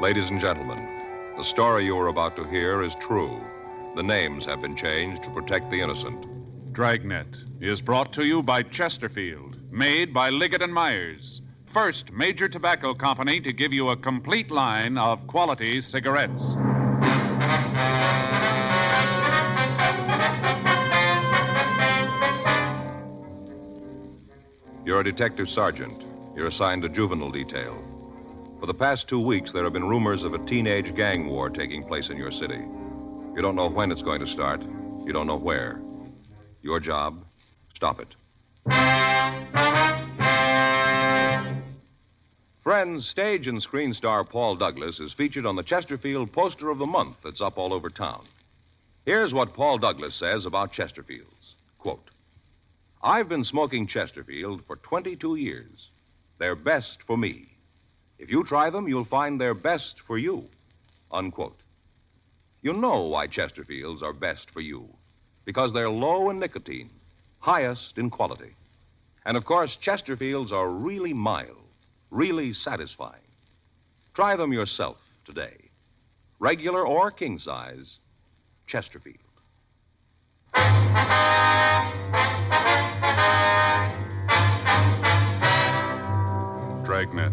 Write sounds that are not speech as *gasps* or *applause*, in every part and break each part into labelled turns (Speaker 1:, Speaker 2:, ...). Speaker 1: Ladies and gentlemen, the story you are about to hear is true. The names have been changed to protect the innocent.
Speaker 2: Dragnet is brought to you by Chesterfield, made by Liggett and Myers, first major tobacco company to give you a complete line of quality cigarettes.
Speaker 1: You're a detective sergeant. You're assigned to juvenile detail. For the past two weeks, there have been rumors of a teenage gang war taking place in your city. You don't know when it's going to start, you don't know where. Your job stop it. Friends, stage and screen star Paul Douglas is featured on the Chesterfield poster of the month that's up all over town. Here's what Paul Douglas says about Chesterfields. Quote, I've been smoking Chesterfield for 22 years. They're best for me. If you try them, you'll find they're best for you. Unquote. You know why Chesterfields are best for you because they're low in nicotine, highest in quality. And of course, Chesterfields are really mild, really satisfying. Try them yourself today. Regular or king size, Chesterfield.
Speaker 2: Dragnet,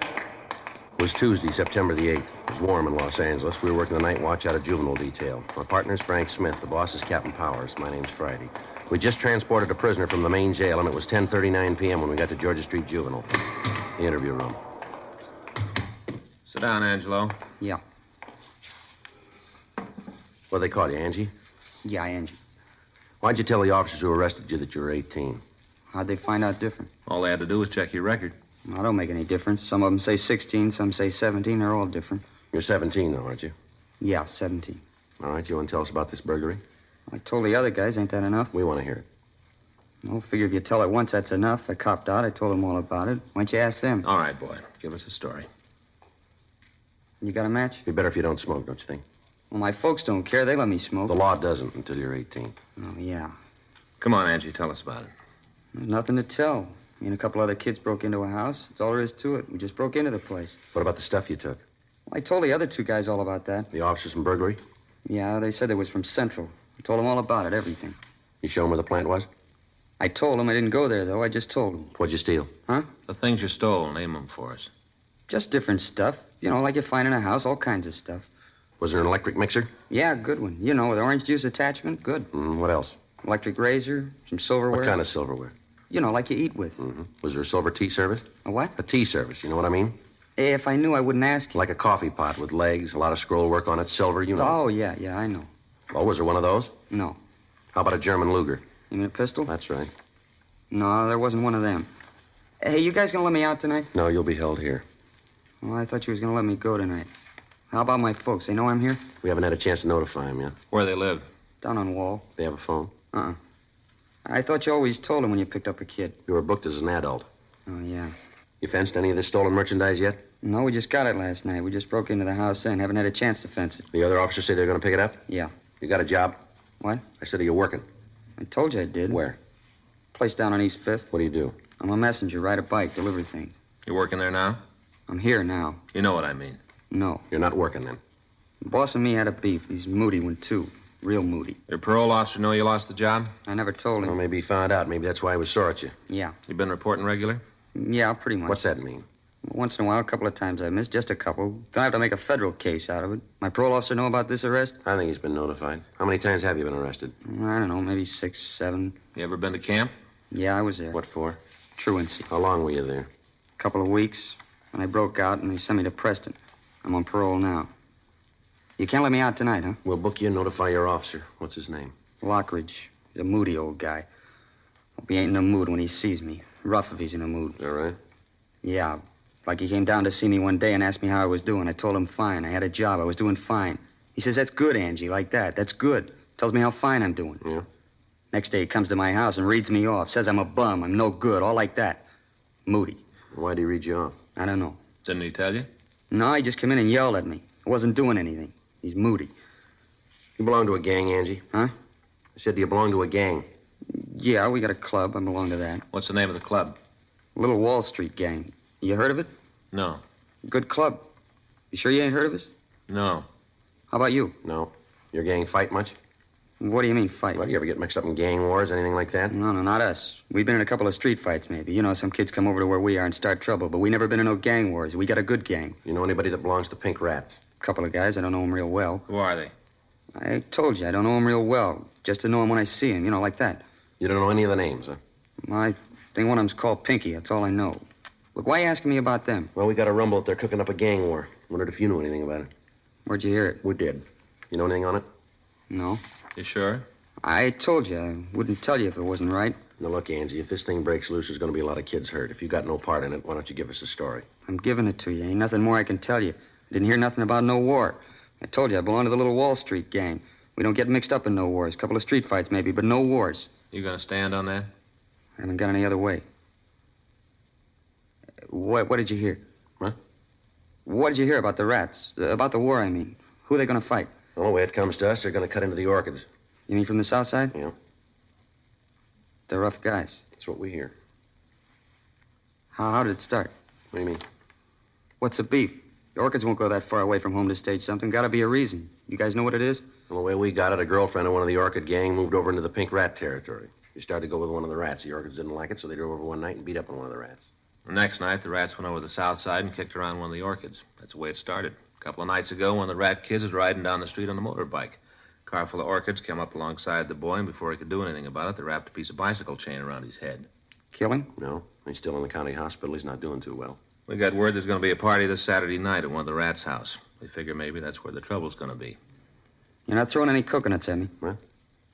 Speaker 3: It was Tuesday, September the 8th. It was warm in Los Angeles. We were working the night watch out of juvenile detail. My partner's Frank Smith. The boss is Captain Powers. My name's Friday. We just transported a prisoner from the main jail, and it was 10.39 p.m. when we got to Georgia Street Juvenile, the interview room.
Speaker 4: Sit down, Angelo.
Speaker 5: Yeah.
Speaker 3: What they call you, Angie?
Speaker 5: Yeah, Angie.
Speaker 3: Why'd you tell the officers who arrested you that you were 18?
Speaker 5: How'd they find out different?
Speaker 4: All they had to do was check your record.
Speaker 5: I don't make any difference. Some of them say 16, some say 17. They're all different.
Speaker 3: You're 17, though, aren't you?
Speaker 5: Yeah, 17.
Speaker 3: All right, you want to tell us about this burglary?
Speaker 5: I told the other guys, ain't that enough?
Speaker 3: We want to hear it.
Speaker 5: Well, figure if you tell it once, that's enough. They copped out. I told them all about it. Why don't you ask them?
Speaker 4: All right, boy. Give us a story.
Speaker 5: You got a match?
Speaker 3: Be better if you don't smoke, don't you think?
Speaker 5: Well, my folks don't care. They let me smoke.
Speaker 3: The law doesn't until you're 18.
Speaker 5: Oh, yeah.
Speaker 4: Come on, Angie, tell us about it.
Speaker 5: There's nothing to tell. Me and a couple other kids broke into a house. That's all there is to it. We just broke into the place.
Speaker 3: What about the stuff you took?
Speaker 5: Well, I told the other two guys all about that.
Speaker 3: The officers and burglary?
Speaker 5: Yeah, they said they was from Central. I told them all about it, everything.
Speaker 3: You show 'em where the plant was?
Speaker 5: I told them I didn't go there, though. I just told them.
Speaker 3: What'd you steal?
Speaker 5: Huh?
Speaker 4: The things you stole, name them for us.
Speaker 5: Just different stuff. You know, like you find in a house, all kinds of stuff.
Speaker 3: Was there an electric mixer?
Speaker 5: Yeah, good one. You know, with orange juice attachment, good.
Speaker 3: Mm, what else?
Speaker 5: Electric razor, some silverware.
Speaker 3: What kind of Mm-hmm. silverware?
Speaker 5: You know, like you eat with.
Speaker 3: Was there a silver tea service?
Speaker 5: A what?
Speaker 3: A tea service, you know what I mean?
Speaker 5: If I knew, I wouldn't ask you.
Speaker 3: Like a coffee pot with legs, a lot of scroll work on it, silver, you know.
Speaker 5: Oh, yeah, yeah, I know.
Speaker 3: Oh, was there one of those?
Speaker 5: No.
Speaker 3: How about a German Luger?
Speaker 5: You mean a pistol?
Speaker 3: That's right.
Speaker 5: No, there wasn't one of them. Hey, you guys gonna let me out tonight?
Speaker 3: No, you'll be held here.
Speaker 5: Well, I thought you was gonna let me go tonight. How about my folks? They know I'm here?
Speaker 3: We haven't had a chance to notify them yet.
Speaker 4: Where they live.
Speaker 5: Down on Wall.
Speaker 3: They have a phone.
Speaker 5: Uh-uh. I thought you always told them when you picked up a kid.
Speaker 3: You were booked as an adult.
Speaker 5: Oh, yeah.
Speaker 3: You fenced any of this stolen merchandise yet?
Speaker 5: No, we just got it last night. We just broke into the house and haven't had a chance to fence it.
Speaker 3: The other officers say they're going to pick it up?
Speaker 5: Yeah.
Speaker 3: You got a job?
Speaker 5: What?
Speaker 3: I said, are you working?
Speaker 5: I told you I did.
Speaker 3: Where?
Speaker 5: Place down on East Fifth.
Speaker 3: What do you do?
Speaker 5: I'm a messenger, ride a bike, deliver things.
Speaker 4: You working there now?
Speaker 5: I'm here now.
Speaker 4: You know what I mean.
Speaker 5: No.
Speaker 3: You're not working then.
Speaker 5: The boss and me had a beef. He's a moody one, too. Real moody.
Speaker 4: Your parole officer know you lost the job?
Speaker 5: I never told
Speaker 3: Well,
Speaker 5: him.
Speaker 3: maybe he found out. Maybe that's why he was sore at you.
Speaker 5: Yeah.
Speaker 4: You been reporting regular?
Speaker 5: Yeah, pretty much.
Speaker 3: What's that mean?
Speaker 5: Once in a while, a couple of times I missed, just a couple. Gonna have to make a federal case out of it. My parole officer know about this arrest? Mm,
Speaker 3: I think he's been notified. How many times have you been arrested?
Speaker 5: I don't know, maybe six, seven.
Speaker 4: You ever been to camp?
Speaker 5: Yeah, I was there.
Speaker 3: What for?
Speaker 5: Truancy.
Speaker 3: How long were you there?
Speaker 5: A couple of weeks, and I broke out, and they sent me to Preston. I'm on parole now. You can't let me out tonight, huh?
Speaker 3: We'll book you and notify your officer. What's his name?
Speaker 5: Lockridge. He's a moody old guy. Hope he ain't in a mood when he sees me. Rough if he's in a mood.
Speaker 3: All right.
Speaker 5: Yeah, like he came down to see me one day and asked me how I was doing. I told him fine. I had a job. I was doing fine. He says, That's good, Angie, like that. That's good. Tells me how fine I'm doing.
Speaker 3: Yeah.
Speaker 5: Next day he comes to my house and reads me off, says I'm a bum, I'm no good, all like that. Moody.
Speaker 3: Why'd he read you off?
Speaker 5: I don't know.
Speaker 4: Didn't he tell you?
Speaker 5: No, he just came in and yelled at me. I wasn't doing anything. He's moody.
Speaker 3: You belong to a gang, Angie.
Speaker 5: Huh?
Speaker 3: I said, do you belong to a gang?
Speaker 5: Yeah, we got a club. I belong to that.
Speaker 4: What's the name of the club?
Speaker 5: Little Wall Street gang. You heard of it?
Speaker 4: No.
Speaker 5: Good club. You sure you ain't heard of us?
Speaker 4: No.
Speaker 5: How about you?
Speaker 3: No. Your gang fight much?
Speaker 5: What do you mean fight?
Speaker 3: What, do you ever get mixed up in gang wars, anything like that?
Speaker 5: No, no, not us. We've been in a couple of street fights, maybe. You know, some kids come over to where we are and start trouble, but we never been in no gang wars. We got a good gang.
Speaker 3: You know anybody that belongs to Pink Rats?
Speaker 5: Couple of guys, I don't know 'em real well.
Speaker 4: Who are they?
Speaker 5: I told you, I don't know 'em real well. Just to know 'em when I see 'em, you know, like that.
Speaker 3: You don't know any of the names, huh?
Speaker 5: Well, I think one of them's called Pinky, that's all I know. Look, why you asking me about them?
Speaker 3: Well, we got a rumble that they're cooking up a gang war. Wondered if you knew anything about it.
Speaker 5: Where'd you hear it?
Speaker 3: We did. You know anything on it?
Speaker 5: No.
Speaker 4: You sure?
Speaker 5: I told you, I wouldn't tell you if it wasn't right.
Speaker 3: Now, look, Angie, if this thing breaks loose, there's going to be a lot of kids hurt. If you got no part in it, why don't you give us the story?
Speaker 5: I'm giving it to you. Ain't nothing more I can tell you. I didn't hear nothing about no war. I told you I belong to the little Wall Street gang. We don't get mixed up in no wars. Couple of street fights, maybe, but no wars.
Speaker 4: You gonna stand on that?
Speaker 5: I haven't got any other way. What, what did you hear?
Speaker 3: Huh?
Speaker 5: What did you hear about the rats? Uh, about the war, I mean. Who are they going to fight?
Speaker 3: The only way it comes to us, they're going to cut into the orchids.
Speaker 5: You mean from the south side?
Speaker 3: Yeah,
Speaker 5: They're rough guys.
Speaker 3: that's what we hear.
Speaker 5: How, how did it start?
Speaker 3: What do you mean?
Speaker 5: What's the beef? The orchids won't go that far away from home to stage something. Gotta be a reason. You guys know what it is?
Speaker 3: Well, the way we got it, a girlfriend of one of the orchid gang moved over into the pink rat territory. She started to go with one of the rats. The orchids didn't like it, so they drove over one night and beat up on one of the rats.
Speaker 4: The next night, the rats went over to the south side and kicked around one of the orchids. That's the way it started. A couple of nights ago, one of the rat kids was riding down the street on a motorbike. A car full of orchids came up alongside the boy, and before he could do anything about it, they wrapped a piece of bicycle chain around his head.
Speaker 5: Kill him?
Speaker 3: No, he's still in the county hospital. He's not doing too well.
Speaker 4: We got word there's going to be a party this Saturday night at one of the rats' house. We figure maybe that's where the trouble's going to be.
Speaker 5: You're not throwing any coconuts at me.
Speaker 3: What?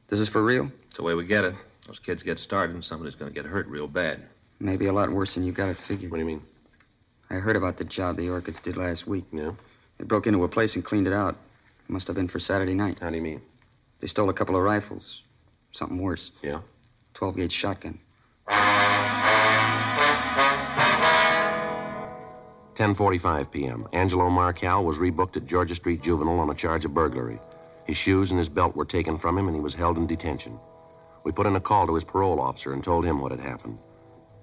Speaker 5: This is for real?
Speaker 4: It's the way we get it. Those kids get started, and somebody's going to get hurt real bad.
Speaker 5: Maybe a lot worse than you got it figured.
Speaker 3: What do you mean?
Speaker 5: I heard about the job the orchids did last week.
Speaker 3: Yeah?
Speaker 5: They broke into a place and cleaned it out. It must have been for Saturday night.
Speaker 3: How do you mean?
Speaker 5: They stole a couple of rifles. Something worse.
Speaker 3: Yeah?
Speaker 5: 12 gauge shotgun.
Speaker 3: 10:45 p.m. Angelo Marcal was rebooked at Georgia Street Juvenile on a charge of burglary. His shoes and his belt were taken from him and he was held in detention. We put in a call to his parole officer and told him what had happened.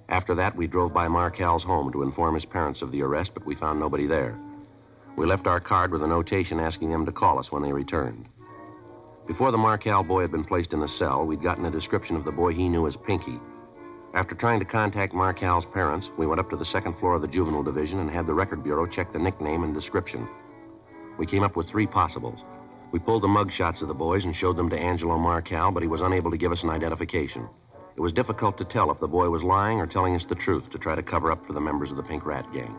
Speaker 3: After that, we drove by Marcal's home to inform his parents of the arrest, but we found nobody there. We left our card with a notation asking them to call us when they returned. Before the Marcal boy had been placed in a cell, we'd gotten a description of the boy he knew as Pinky, after trying to contact Marcal's parents, we went up to the second floor of the juvenile division and had the record bureau check the nickname and description. We came up with three possibles. We pulled the mug shots of the boys and showed them to Angelo Marcal, but he was unable to give us an identification. It was difficult to tell if the boy was lying or telling us the truth to try to cover up for the members of the Pink Rat Gang.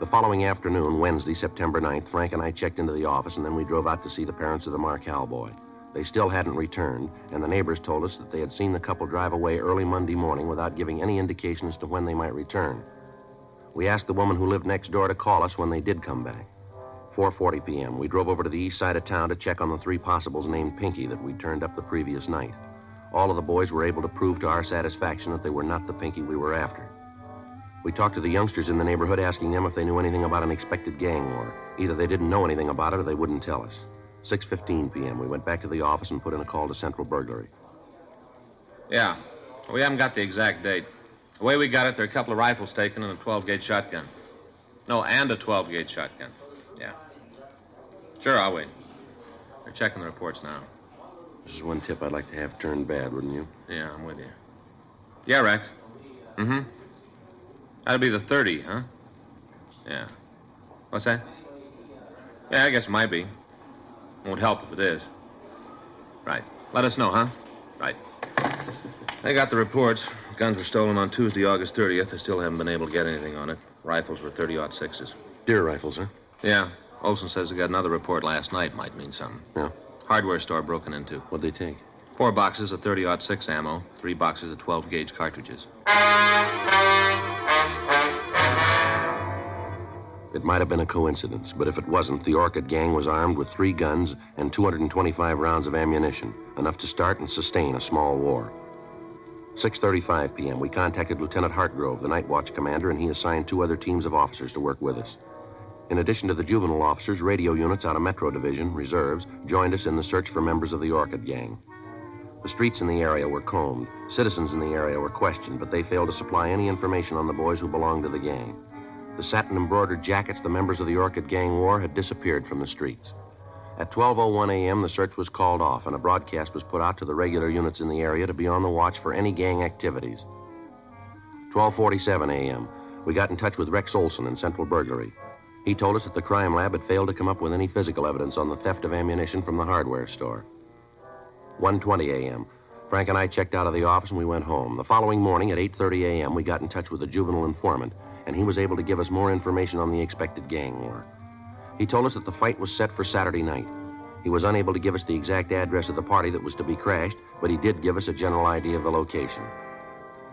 Speaker 3: The following afternoon, Wednesday, September 9th, Frank and I checked into the office and then we drove out to see the parents of the Marcal boy. They still hadn't returned, and the neighbors told us that they had seen the couple drive away early Monday morning without giving any indication as to when they might return. We asked the woman who lived next door to call us when they did come back. 4:40 p.m. We drove over to the east side of town to check on the three possibles named Pinky that we'd turned up the previous night. All of the boys were able to prove to our satisfaction that they were not the Pinky we were after. We talked to the youngsters in the neighborhood asking them if they knew anything about an expected gang war. Either they didn't know anything about it or they wouldn't tell us. 6:15 p.m. we went back to the office and put in a call to Central Burglary.
Speaker 4: Yeah. We haven't got the exact date. The way we got it, there are a couple of rifles taken and a 12 gauge shotgun. No, and a 12 gauge shotgun. Yeah. Sure, I'll wait. They're checking the reports now.
Speaker 3: This is one tip I'd like to have turned bad, wouldn't you?
Speaker 4: Yeah, I'm with you. Yeah, Rex. Mm hmm. That'll be the 30, huh? Yeah. What's that? Yeah, I guess it might be. Won't help if it is. Right. Let us know, huh? Right. They got the reports. Guns were stolen on Tuesday, August 30th. They still haven't been able to get anything on it. Rifles were 30 odd sixes.
Speaker 3: Deer rifles, huh?
Speaker 4: Yeah. Olson says they got another report last night. Might mean something.
Speaker 3: Yeah.
Speaker 4: Hardware store broken into.
Speaker 3: What'd they take?
Speaker 4: Four boxes of 30 six ammo, three boxes of 12 gauge cartridges.
Speaker 3: It might have been a coincidence, but if it wasn't, the Orchid Gang was armed with three guns and 225 rounds of ammunition, enough to start and sustain a small war. 6:35 p.m. We contacted Lieutenant Hartgrove, the night watch commander, and he assigned two other teams of officers to work with us. In addition to the juvenile officers, radio units out of Metro Division, reserves, joined us in the search for members of the Orchid Gang. The streets in the area were combed. Citizens in the area were questioned, but they failed to supply any information on the boys who belonged to the gang. The satin embroidered jackets the members of the Orchid Gang wore had disappeared from the streets. At 12:01 a.m., the search was called off, and a broadcast was put out to the regular units in the area to be on the watch for any gang activities. 12:47 a.m., we got in touch with Rex Olson in Central Burglary. He told us that the crime lab had failed to come up with any physical evidence on the theft of ammunition from the hardware store. 1:20 a.m. Frank and I checked out of the office and we went home. The following morning at 8:30 a.m., we got in touch with the juvenile informant, and he was able to give us more information on the expected gang war. He told us that the fight was set for Saturday night. He was unable to give us the exact address of the party that was to be crashed, but he did give us a general idea of the location.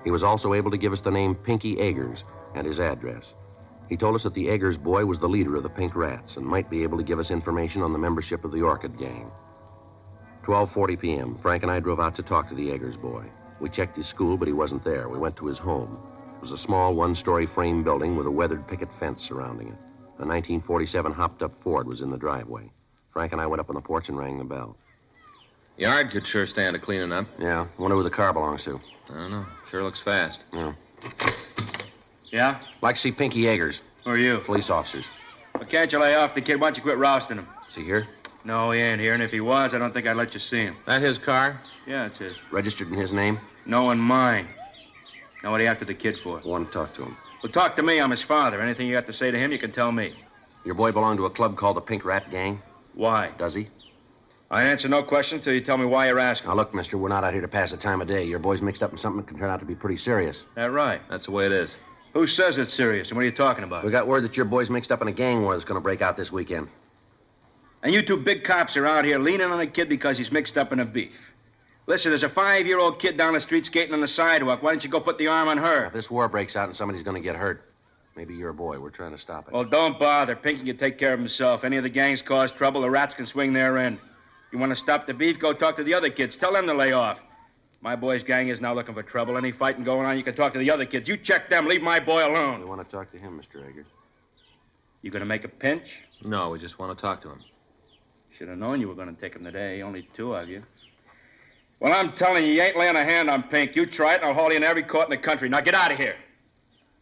Speaker 3: He was also able to give us the name Pinky Eggers and his address. He told us that the Eggers boy was the leader of the Pink Rats and might be able to give us information on the membership of the Orchid Gang. 12:40 p.m. Frank and I drove out to talk to the Eggers boy. We checked his school, but he wasn't there. We went to his home. It was a small one-story frame building with a weathered picket fence surrounding it. A 1947 hopped-up Ford was in the driveway. Frank and I went up on the porch and rang the bell.
Speaker 4: Yard could sure stand a cleaning up.
Speaker 3: Yeah, wonder who the car belongs to.
Speaker 4: I don't know. Sure looks fast.
Speaker 3: Yeah.
Speaker 6: Yeah?
Speaker 3: Like to see Pinky Eggers.
Speaker 6: Who are you?
Speaker 3: Police officers.
Speaker 6: Well, can't you lay off the kid? Why don't you quit rousting him?
Speaker 3: Is he here?
Speaker 6: No, he ain't here, and if he was, I don't think I'd let you see him.
Speaker 4: That his car?
Speaker 6: Yeah, it's his.
Speaker 3: Registered in his name?
Speaker 6: No in mine. Now, what are you after the kid for?
Speaker 3: I want to talk to him.
Speaker 6: Well, talk to me. I'm his father. Anything you got to say to him, you can tell me.
Speaker 3: Your boy belonged to a club called the Pink Rat Gang,
Speaker 6: Why?
Speaker 3: does he?
Speaker 6: I answer no questions till you tell me why you're asking.
Speaker 3: Now, look, mister, we're not out here to pass the time of day. Your boy's mixed up in something that can turn out to be pretty serious.
Speaker 6: That right.
Speaker 4: That's the way it is.
Speaker 6: Who says it's serious, and what are you talking
Speaker 3: We
Speaker 6: about?
Speaker 3: got word that your boy's mixed up in a gang war that's going to break out this weekend.
Speaker 6: And you two big cops are out here leaning on the kid because he's mixed up in a beef. Listen, there's a five-year-old kid down the street skating on the sidewalk. Why don't you go put the arm on her?
Speaker 3: If this war breaks out and somebody's going to get hurt, maybe your boy. We're trying to stop it.
Speaker 6: Well, don't bother. Pinky can take care of himself. Any of the gangs cause trouble, the rats can swing their end. You want to stop the beef? Go talk to the other kids. Tell them to lay off. My boy's gang is now looking for trouble. Any fighting going on, you can talk to the other kids. You check them. Leave my boy
Speaker 3: we
Speaker 6: alone.
Speaker 3: want to talk to him, Mr. Eggers.
Speaker 6: You gonna make a pinch?
Speaker 4: No, we just want to talk to him.
Speaker 6: Should have known you were gonna take him today. Only two of you. Well, I'm telling you, you ain't laying a hand on Pink. You try it, and I'll haul you in every court in the country. Now get out of here.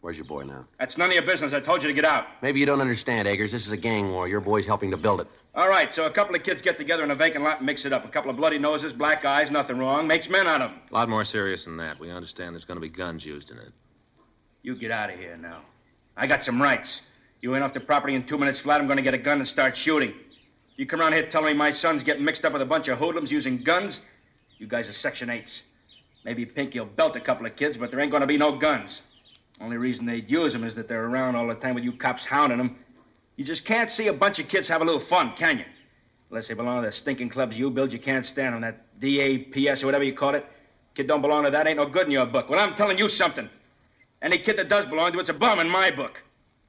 Speaker 3: Where's your boy now?
Speaker 6: That's none of your business. I told you to get out.
Speaker 3: Maybe you don't understand, Eggers. This is a gang war. Your boy's helping to build it.
Speaker 6: All right, so a couple of kids get together in a vacant lot and mix it up. A couple of bloody noses, black eyes, nothing wrong. Makes men out of 'em.
Speaker 4: A lot more serious than that. We understand there's going to be guns used in it.
Speaker 6: You get out of here now. I got some rights. You ain't off the property in two minutes flat. I'm going to get a gun and start shooting. You come around here telling me my son's getting mixed up with a bunch of hoodlums using guns? You guys are Section 8s. Maybe Pinky'll belt a couple of kids, but there ain't going to be no guns. Only reason they'd use 'em is that they're around all the time with you cops hounding 'em. You just can't see a bunch of kids have a little fun, can you? Unless they belong to the stinking clubs you build, you can't stand 'em. That DAPS or whatever you call it. Kid don't belong to that ain't no good in your book. Well, I'm telling you something. Any kid that does belong to it's a bum in my book.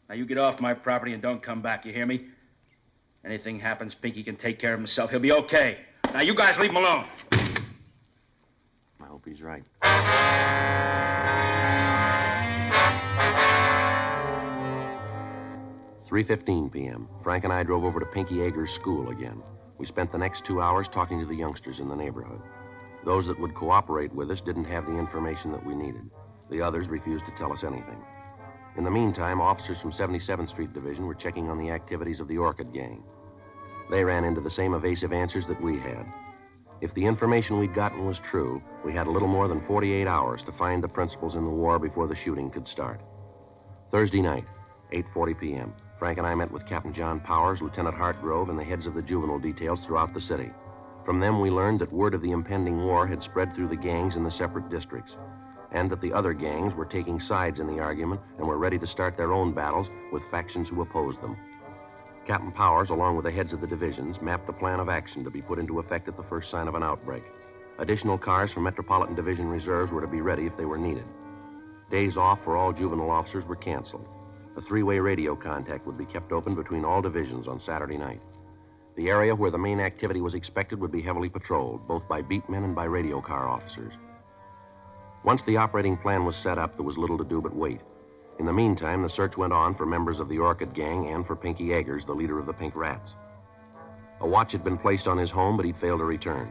Speaker 6: Now you get off my property and don't come back, you hear me? Anything happens, Pinky can take care of himself. He'll be okay. Now you guys leave him alone.
Speaker 3: I hope he's right. Three fifteen p.m. Frank and I drove over to Pinky Eggers' school again. We spent the next two hours talking to the youngsters in the neighborhood. Those that would cooperate with us didn't have the information that we needed. The others refused to tell us anything. In the meantime, officers from 77th Street Division were checking on the activities of the Orchid Gang. They ran into the same evasive answers that we had. If the information we'd gotten was true, we had a little more than 48 hours to find the principals in the war before the shooting could start. Thursday night, 8:40 p.m. Frank and I met with Captain John Powers, Lieutenant Hartgrove, and the heads of the juvenile details throughout the city. From them, we learned that word of the impending war had spread through the gangs in the separate districts, and that the other gangs were taking sides in the argument and were ready to start their own battles with factions who opposed them. Captain Powers, along with the heads of the divisions, mapped a plan of action to be put into effect at the first sign of an outbreak. Additional cars from Metropolitan Division reserves were to be ready if they were needed. Days off for all juvenile officers were canceled. A three way radio contact would be kept open between all divisions on Saturday night. The area where the main activity was expected would be heavily patrolled, both by beat men and by radio car officers. Once the operating plan was set up, there was little to do but wait. In the meantime, the search went on for members of the Orchid Gang and for Pinky Eggers, the leader of the Pink Rats. A watch had been placed on his home, but he'd failed to return.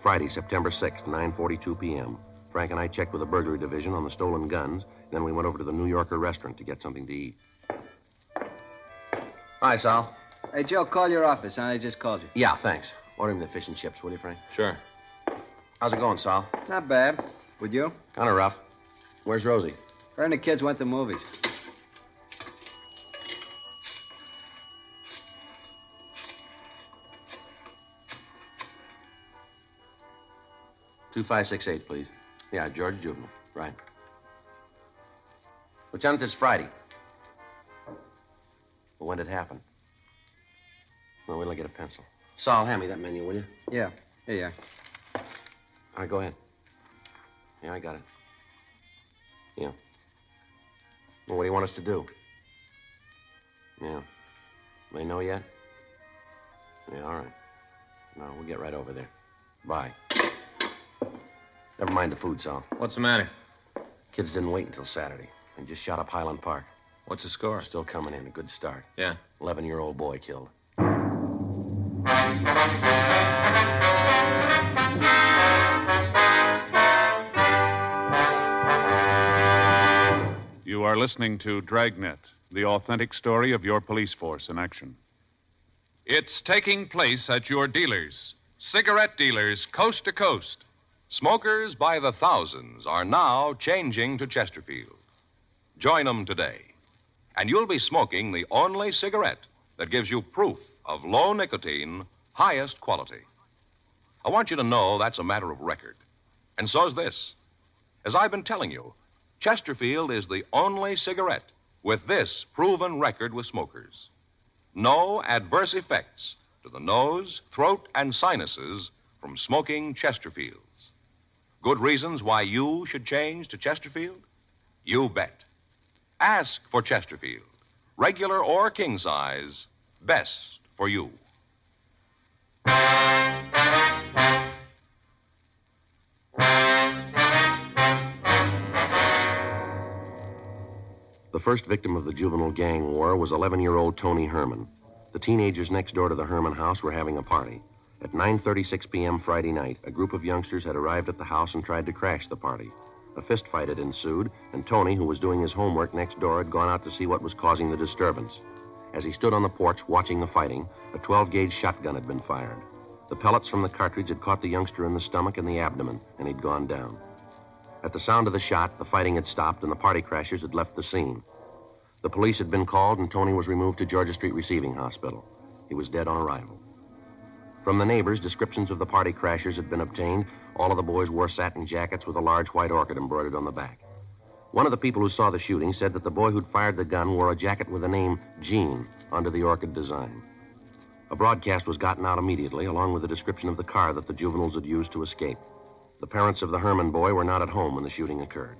Speaker 3: Friday, September 6th, 9:42 p.m. Frank and I checked with the burglary division on the stolen guns, then we went over to the New Yorker restaurant to get something to eat. Hi, Sal.
Speaker 7: Hey, Joe, call your office, huh? They just called you.
Speaker 3: Yeah, thanks. Order him the fish and chips, will you, Frank?
Speaker 4: Sure.
Speaker 3: How's it going, Sal?
Speaker 7: Not bad. Would you?
Speaker 3: Kind of rough. Where's Rosie?
Speaker 7: Her and the kids went to movies.
Speaker 3: Two five six eight, please. Yeah, George Juvenile. Right. Lieutenant, this Friday. Well, when did it happen? Well, wait till I get a pencil. Sal, hand me that menu, will you?
Speaker 7: Yeah. Here you are.
Speaker 3: All right, go ahead. Yeah, I got it. Yeah. Well, what do you want us to do? Yeah. They know yet? Yeah, all right. No, we'll get right over there. Bye. Never mind the food, Sal.
Speaker 4: What's the matter?
Speaker 3: Kids didn't wait until Saturday. They just shot up Highland Park.
Speaker 4: What's the score?
Speaker 3: Still coming in. A good start.
Speaker 4: Yeah.
Speaker 3: 11 year old boy killed.
Speaker 2: You are listening to Dragnet, the authentic story of your police force in action. It's taking place at your dealers, cigarette dealers, coast to coast.
Speaker 1: Smokers by the thousands are now changing to Chesterfield. Join 'em today, and you'll be smoking the only cigarette that gives you proof of low nicotine, highest quality. I want you to know that's a matter of record. And so's this. As I've been telling you, Chesterfield is the only cigarette with this proven record with smokers. No adverse effects to the nose, throat, and sinuses from smoking Chesterfields. Good reasons why you should change to Chesterfield? You bet. Ask for Chesterfield, regular or king size, best for you.
Speaker 3: The first victim of the juvenile gang war was 11 year old Tony Herman. The teenagers next door to the Herman house were having a party. At 9:36 p.m. Friday night, a group of youngsters had arrived at the house and tried to crash the party. A fistfight had ensued, and Tony, who was doing his homework next door, had gone out to see what was causing the disturbance. As he stood on the porch watching the fighting, a 12-gauge shotgun had been fired. The pellets from the cartridge had caught the youngster in the stomach and the abdomen, and he'd gone down. At the sound of the shot, the fighting had stopped and the party crashers had left the scene. The police had been called and Tony was removed to Georgia Street Receiving Hospital. He was dead on arrival. From the neighbors, descriptions of the party crashers had been obtained. All of the boys wore satin jackets with a large white orchid embroidered on the back. One of the people who saw the shooting said that the boy who'd fired the gun wore a jacket with the name Jean under the orchid design. A broadcast was gotten out immediately, along with a description of the car that the juveniles had used to escape. The parents of the Herman boy were not at home when the shooting occurred.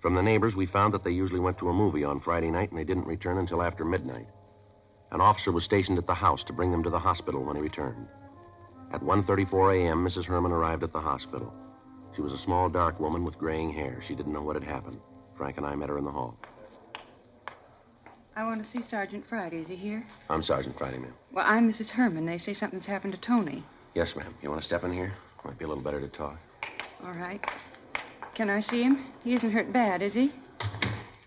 Speaker 3: From the neighbors, we found that they usually went to a movie on Friday night and they didn't return until after midnight. An officer was stationed at the house to bring them to the hospital when he returned. At 1:34 a.m., Mrs. Herman arrived at the hospital. She was a small, dark woman with graying hair. She didn't know what had happened. Frank and I met her in the hall.
Speaker 8: I want to see Sergeant Friday. Is he here?
Speaker 3: I'm Sergeant Friday, ma'am.
Speaker 8: Well, I'm Mrs. Herman. They say something's happened to Tony.
Speaker 3: Yes, ma'am. You want to step in here? Might be a little better to talk.
Speaker 8: All right. Can I see him? He isn't hurt bad, is he?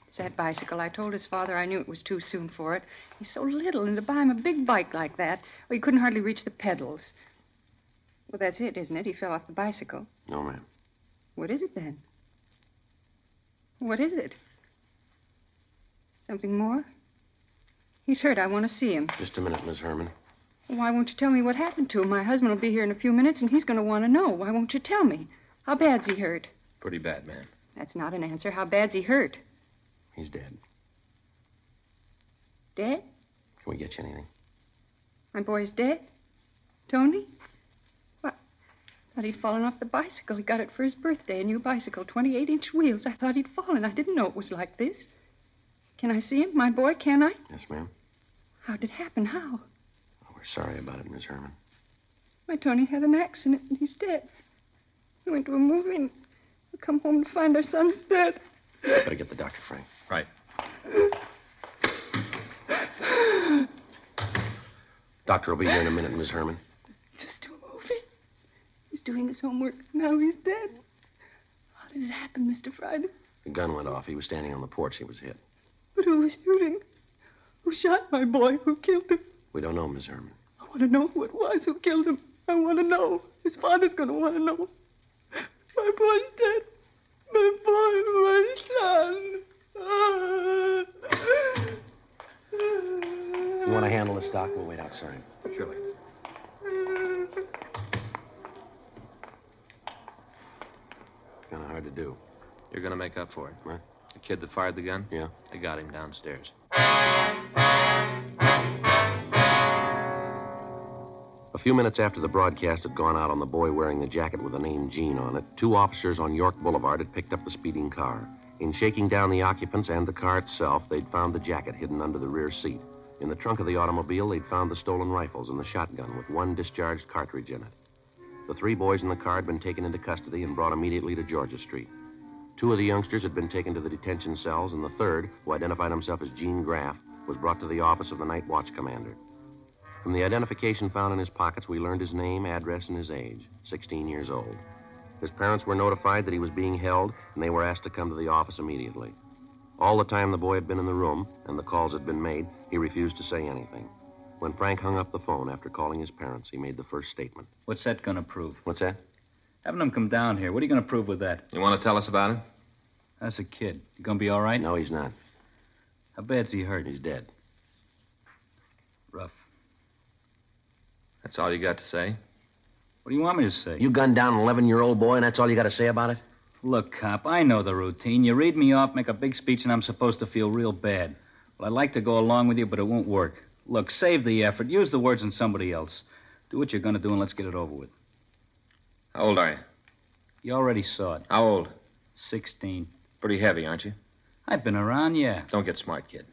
Speaker 8: It's that bicycle. I told his father I knew it was too soon for it. He's so little, and to buy him a big bike like that, well, he couldn't hardly reach the pedals. Well, that's it, isn't it? He fell off the bicycle.
Speaker 3: No, ma'am.
Speaker 8: What is it then? What is it? Something more? He's hurt. I want to see him.
Speaker 3: Just a minute, Miss Herman.
Speaker 8: Why won't you tell me what happened to him? My husband will be here in a few minutes, and he's going to want to know. Why won't you tell me? How bad's he hurt?
Speaker 4: Pretty bad, man.
Speaker 8: That's not an answer. How bad's he hurt?
Speaker 3: He's dead.
Speaker 8: Dead?
Speaker 3: Can we get you anything?
Speaker 8: My boy's dead? Tony? What? I thought he'd fallen off the bicycle. He got it for his birthday, a new bicycle, 28 inch wheels. I thought he'd fallen. I didn't know it was like this. Can I see him? My boy, can I?
Speaker 3: Yes, ma'am.
Speaker 8: How did it happen? How?
Speaker 3: Oh, We're sorry about it, Miss Herman.
Speaker 8: My Tony had an accident and he's dead. We went to a movie and we come home to find our son's dead. *gasps*
Speaker 3: Better get the doctor, Frank.
Speaker 4: Right.
Speaker 3: Doctor will be here in a minute, Miss Herman.
Speaker 8: Just to a movie. He's doing his homework. Now he's dead. How did it happen, Mr. Friday?
Speaker 3: The gun went off. He was standing on the porch. He was hit.
Speaker 8: But who was shooting? Who shot my boy? Who killed him?
Speaker 3: We don't know, Miss Herman.
Speaker 8: I want to know who it was who killed him. I want to know. His father's going to want to know. My boy's dead. My boy, my son.
Speaker 3: You want to handle this, Doc? We'll wait outside.
Speaker 7: Surely.
Speaker 3: Kind of hard to do,
Speaker 4: You're going to make up for it.
Speaker 3: right?
Speaker 4: The kid that fired the gun?
Speaker 3: Yeah.
Speaker 4: I got him downstairs.
Speaker 3: A few minutes after the broadcast had gone out on the boy wearing the jacket with the name Gene on it, two officers on York Boulevard had picked up the speeding car. In shaking down the occupants and the car itself, they'd found the jacket hidden under the rear seat. In the trunk of the automobile, they'd found the stolen rifles and the shotgun with one discharged cartridge in it. The three boys in the car had been taken into custody and brought immediately to Georgia Street. Two of the youngsters had been taken to the detention cells, and the third, who identified himself as Gene Graff, was brought to the office of the night watch commander. From the identification found in his pockets, we learned his name, address, and his age 16 years old. His parents were notified that he was being held, and they were asked to come to the office immediately. All the time the boy had been in the room and the calls had been made, he refused to say anything. When Frank hung up the phone after calling his parents, he made the first statement.
Speaker 9: What's that going to prove?
Speaker 3: What's that?
Speaker 9: Having him come down here, what are you going to prove with that?
Speaker 4: You want to tell us about it?
Speaker 9: That's a kid. You going to be all right?
Speaker 3: No, he's not.
Speaker 9: How bad's he hurt?
Speaker 3: He's dead.
Speaker 9: rough.
Speaker 4: That's all you got to say?
Speaker 9: What do you want me to say?
Speaker 3: You gunned down an 11 year old boy, and that's all you got to say about it?
Speaker 9: Look, cop, I know the routine. You read me off, make a big speech, and I'm supposed to feel real bad. Well, I'd like to go along with you, but it won't work. Look, save the effort. Use the words on somebody else. Do what you're going to do, and let's get it over with.
Speaker 4: How old are you?
Speaker 9: You already saw it.
Speaker 4: How old?
Speaker 9: 16.
Speaker 4: Pretty heavy, aren't you?
Speaker 9: I've been around, yeah.
Speaker 4: Don't get smart, kid.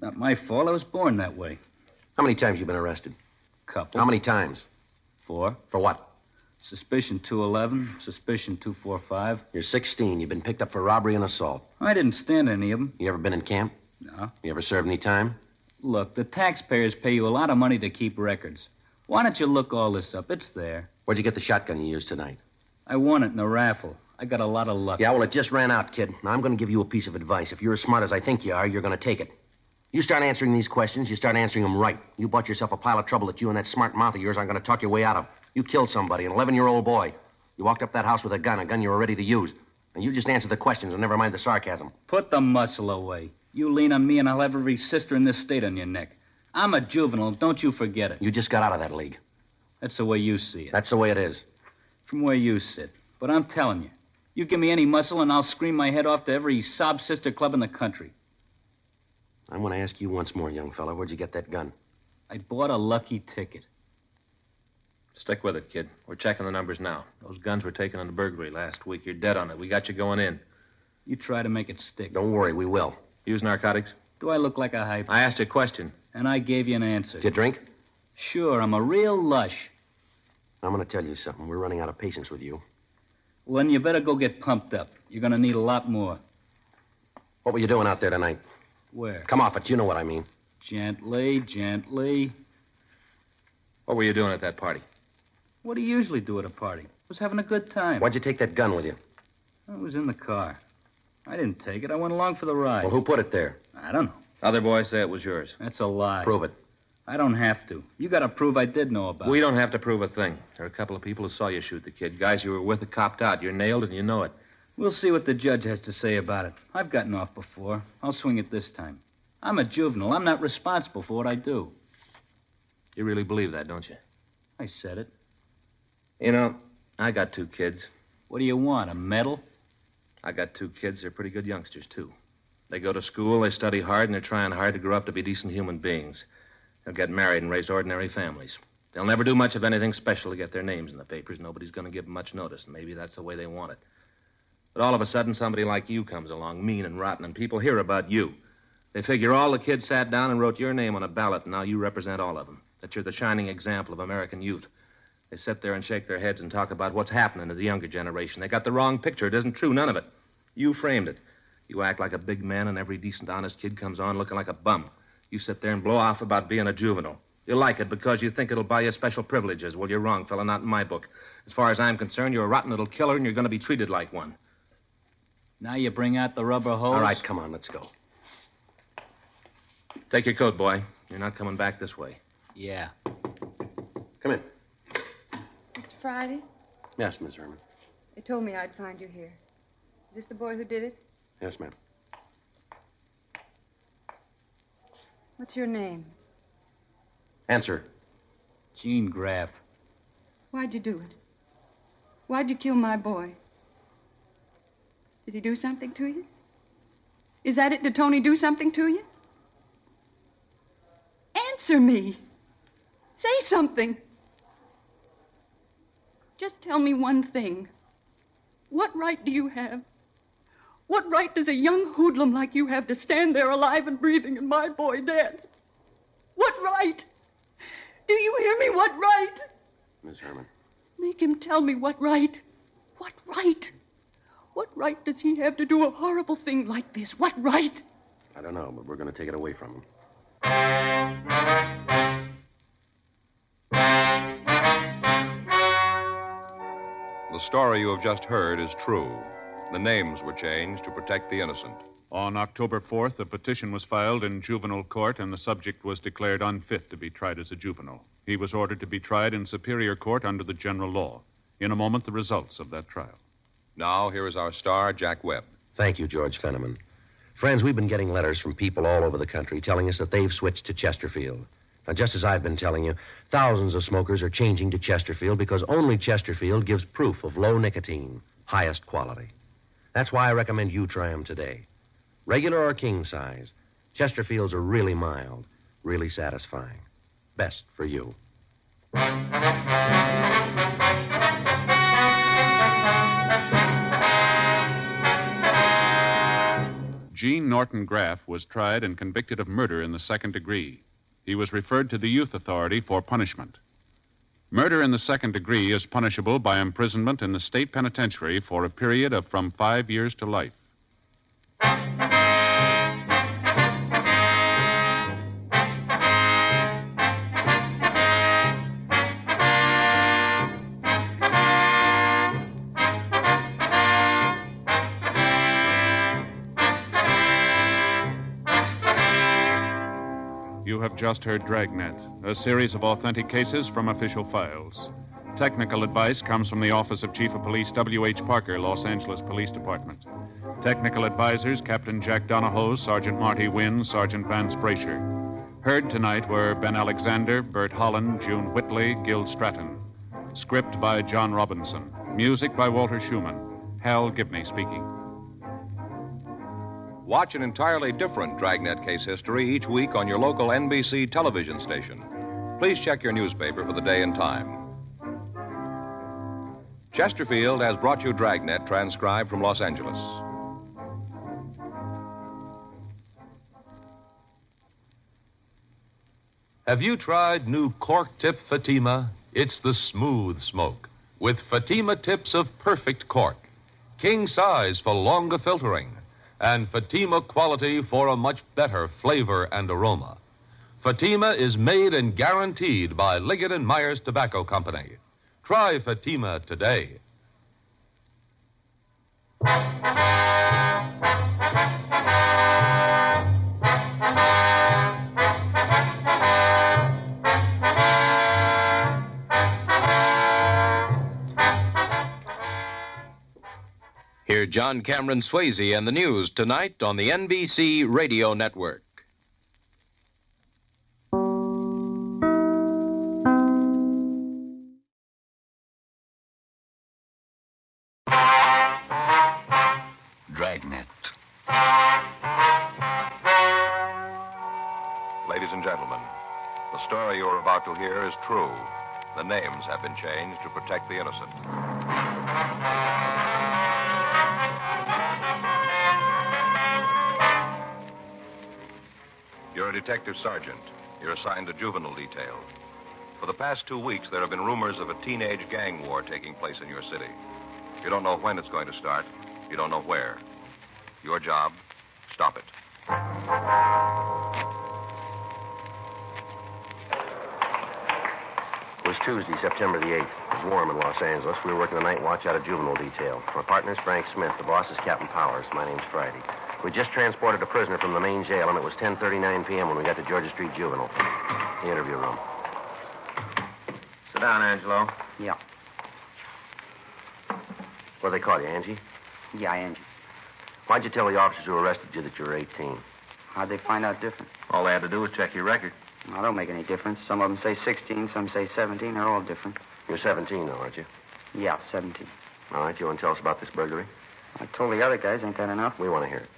Speaker 9: Not my fault. I was born that way.
Speaker 3: How many times you been arrested?
Speaker 9: Couple.
Speaker 3: How many times?
Speaker 9: Four.
Speaker 3: For what?
Speaker 9: Suspicion 211. Suspicion 245.
Speaker 3: You're 16. You've been picked up for robbery and assault.
Speaker 9: I didn't stand any of them.
Speaker 3: You ever been in camp?
Speaker 9: No.
Speaker 3: You ever served any time?
Speaker 9: Look, the taxpayers pay you a lot of money to keep records. Why don't you look all this up? It's there.
Speaker 3: Where'd you get the shotgun you used tonight?
Speaker 9: I won it in a raffle. I got a lot of luck.
Speaker 3: Yeah, well, it just ran out, kid. Now, I'm going to give you a piece of advice. If you're as smart as I think you are, you're going to take it. You start answering these questions, you start answering them right. You bought yourself a pile of trouble that you and that smart mouth of yours aren't going to talk your way out of. You killed somebody, an 11 year old boy. You walked up that house with a gun, a gun you were ready to use. And you just answer the questions and never mind the sarcasm.
Speaker 9: Put the muscle away. You lean on me, and I'll have every sister in this state on your neck. I'm a juvenile. Don't you forget it.
Speaker 3: You just got out of that league.
Speaker 9: That's the way you see it,
Speaker 3: That's the way it is.
Speaker 9: from where you sit. But I'm telling you, you give me any muscle, and I'll scream my head off to every sob sister club in the country.
Speaker 3: I'm going to ask you once more, young fella, where'd you get that gun?
Speaker 9: I bought a lucky ticket.
Speaker 4: Stick with it, kid. We're checking the numbers now. Those guns were taken in the burglary last week. You're dead on it. We got you going in.
Speaker 9: You try to make it stick.
Speaker 3: Don't worry, we will.
Speaker 4: Use narcotics?
Speaker 9: Do I look like a hype?
Speaker 4: I asked you a question.
Speaker 9: And I gave you an answer.
Speaker 3: Did you drink?
Speaker 9: Sure, I'm a real lush.
Speaker 3: I'm going to tell you something. We're running out of patience with you.
Speaker 9: Well, then you better go get pumped up. You're gonna need a lot more.
Speaker 3: What were you doing out there tonight?
Speaker 9: Where?
Speaker 3: Come off it. You know what I mean.
Speaker 9: Gently, gently.
Speaker 4: What were you doing at that party?
Speaker 9: What do you usually do at a party? I was having a good time.
Speaker 3: Why'd you take that gun with you?
Speaker 9: I was in the car. I didn't take it. I went along for the ride.
Speaker 3: Well, who put it there?
Speaker 9: I don't know.
Speaker 4: Other boys say it was yours.
Speaker 9: That's a lie.
Speaker 3: Prove it.
Speaker 9: I don't have to. You gotta prove I did know about
Speaker 4: We
Speaker 9: it.
Speaker 4: don't have to prove a thing. There are a couple of people who saw you shoot the kid. Guys you were with that copped out. You're nailed and you know it.
Speaker 9: We'll see what the judge has to say about it. I've gotten off before. I'll swing it this time. I'm a juvenile. I'm not responsible for what I do.
Speaker 4: You really believe that, don't you?
Speaker 9: I said it.
Speaker 4: You know, I got two kids.
Speaker 9: What do you want? A medal?
Speaker 4: I got two kids. They're pretty good youngsters, too. They go to school, they study hard, and they're trying hard to grow up to be decent human beings. They'll get married and raise ordinary families. They'll never do much of anything special to get their names in the papers. Nobody's going to give 'em much notice, and maybe that's the way they want it. But all of a sudden, somebody like you comes along, mean and rotten, and people hear about you. They figure all the kids sat down and wrote your name on a ballot, and now you represent all of them. That you're the shining example of American youth. They sit there and shake their heads and talk about what's happening to the younger generation. They got the wrong picture. It isn't true, none of it. You framed it. You act like a big man, and every decent, honest kid comes on looking like a bum. You sit there and blow off about being a juvenile. You like it because you think it'll buy you special privileges. Well, you're wrong, fella, not in my book. As far as I'm concerned, you're a rotten little killer, and you're going to be treated like one.
Speaker 9: Now you bring out the rubber hose.
Speaker 3: All right, come on, let's go.
Speaker 4: Take your coat, boy. You're not coming back this way.
Speaker 9: Yeah.
Speaker 3: Come in.
Speaker 8: Mr. Friday,
Speaker 3: Yes, Miss Herman.
Speaker 8: they told me I'd find you here. Is this the boy who did it?
Speaker 3: Yes, ma'am.
Speaker 8: What's your name?
Speaker 3: Answer.
Speaker 9: Gene Graff.
Speaker 8: Why'd you do it? Why'd you kill my boy? Did he do something to you? Is that it? Did Tony do something to you? Answer me. Say something. Just tell me one thing. What right do you have? What right does a young hoodlum like you have to stand there alive and breathing and my boy dead? What right? Do you hear me? What right?
Speaker 3: Miss Herman.
Speaker 8: Make him tell me what right. What right? What right does he have to do a horrible thing like this? What right?
Speaker 3: I don't know, but we're going to take it away from him.
Speaker 1: The story you have just heard is true. The names were changed to protect the innocent.
Speaker 2: On October 4th, a petition was filed in juvenile court, and the subject was declared unfit to be tried as a juvenile. He was ordered to be tried in superior court under the general law. In a moment, the results of that trial.
Speaker 1: Now, here is our star, Jack Webb.
Speaker 3: Thank you, George Fenneman. Friends, we've been getting letters from people all over the country telling us that they've switched to Chesterfield. Now, just as I've been telling you, thousands of smokers are changing to Chesterfield because only Chesterfield gives proof of low nicotine, highest quality. That's why I recommend you try 'em today. Regular or king size, Chesterfields are really mild, really satisfying. Best for you.
Speaker 2: Gene Norton Graff was tried and convicted of murder in the second degree. He was referred to the Youth Authority for punishment. Murder in the second degree is punishable by imprisonment in the state penitentiary for a period of from five years to life. You have just heard Dragnet, a series of authentic cases from official files. Technical advice comes from the Office of Chief of Police W.H. Parker, Los Angeles Police Department. Technical advisors Captain Jack Donahoe, Sergeant Marty Wynn, Sergeant Vance Brasher. Heard tonight were Ben Alexander, Bert Holland, June Whitley, Gil Stratton. Script by John Robinson. Music by Walter Schumann. Hal Gibney speaking.
Speaker 1: Watch an entirely different Dragnet case history each week on your local NBC television station. Please check your newspaper for the day and time. Chesterfield has brought you Dragnet transcribed from Los Angeles.
Speaker 10: Have you tried new cork tip Fatima? It's the smooth smoke with Fatima tips of perfect cork. King size for longer filtering and Fatima quality for a much better flavor and aroma. Fatima is made and guaranteed by Liggett and Myers Tobacco Company. Try Fatima today.
Speaker 11: Hear John Cameron Swayze and the news tonight on the NBC Radio Network.
Speaker 12: Dragnet.
Speaker 1: Ladies and gentlemen, the story you are about to hear is true. The names have been changed to protect the innocent. Detective Sergeant. You're assigned to juvenile detail. For the past two weeks, there have been rumors of a teenage gang war taking place in your city. You don't know when it's going to start, you don't know where. Your job stop it.
Speaker 7: It was Tuesday, September the 8th. It was warm in Los Angeles. We were working the night watch out of juvenile detail. My partner's Frank Smith. The boss is Captain Powers. My name's Friday. We just transported a prisoner from the main jail, and it was 10.39 p.m. when we got to Georgia Street Juvenile. The interview room.
Speaker 4: Sit down, Angelo.
Speaker 7: Yeah. What do they call you, Angie?
Speaker 5: Yeah, Angie.
Speaker 7: Why'd you tell the officers who arrested you that you were 18?
Speaker 5: How'd they find out different?
Speaker 4: All they had to do was check your record.
Speaker 5: I don't make any difference. Some of them say 16, some say 17. They're all different.
Speaker 7: You're 17, though, aren't you?
Speaker 5: Yeah, 17.
Speaker 7: All right, you want to tell us about this burglary?
Speaker 5: I told the other guys, ain't that enough?
Speaker 7: We want to hear it.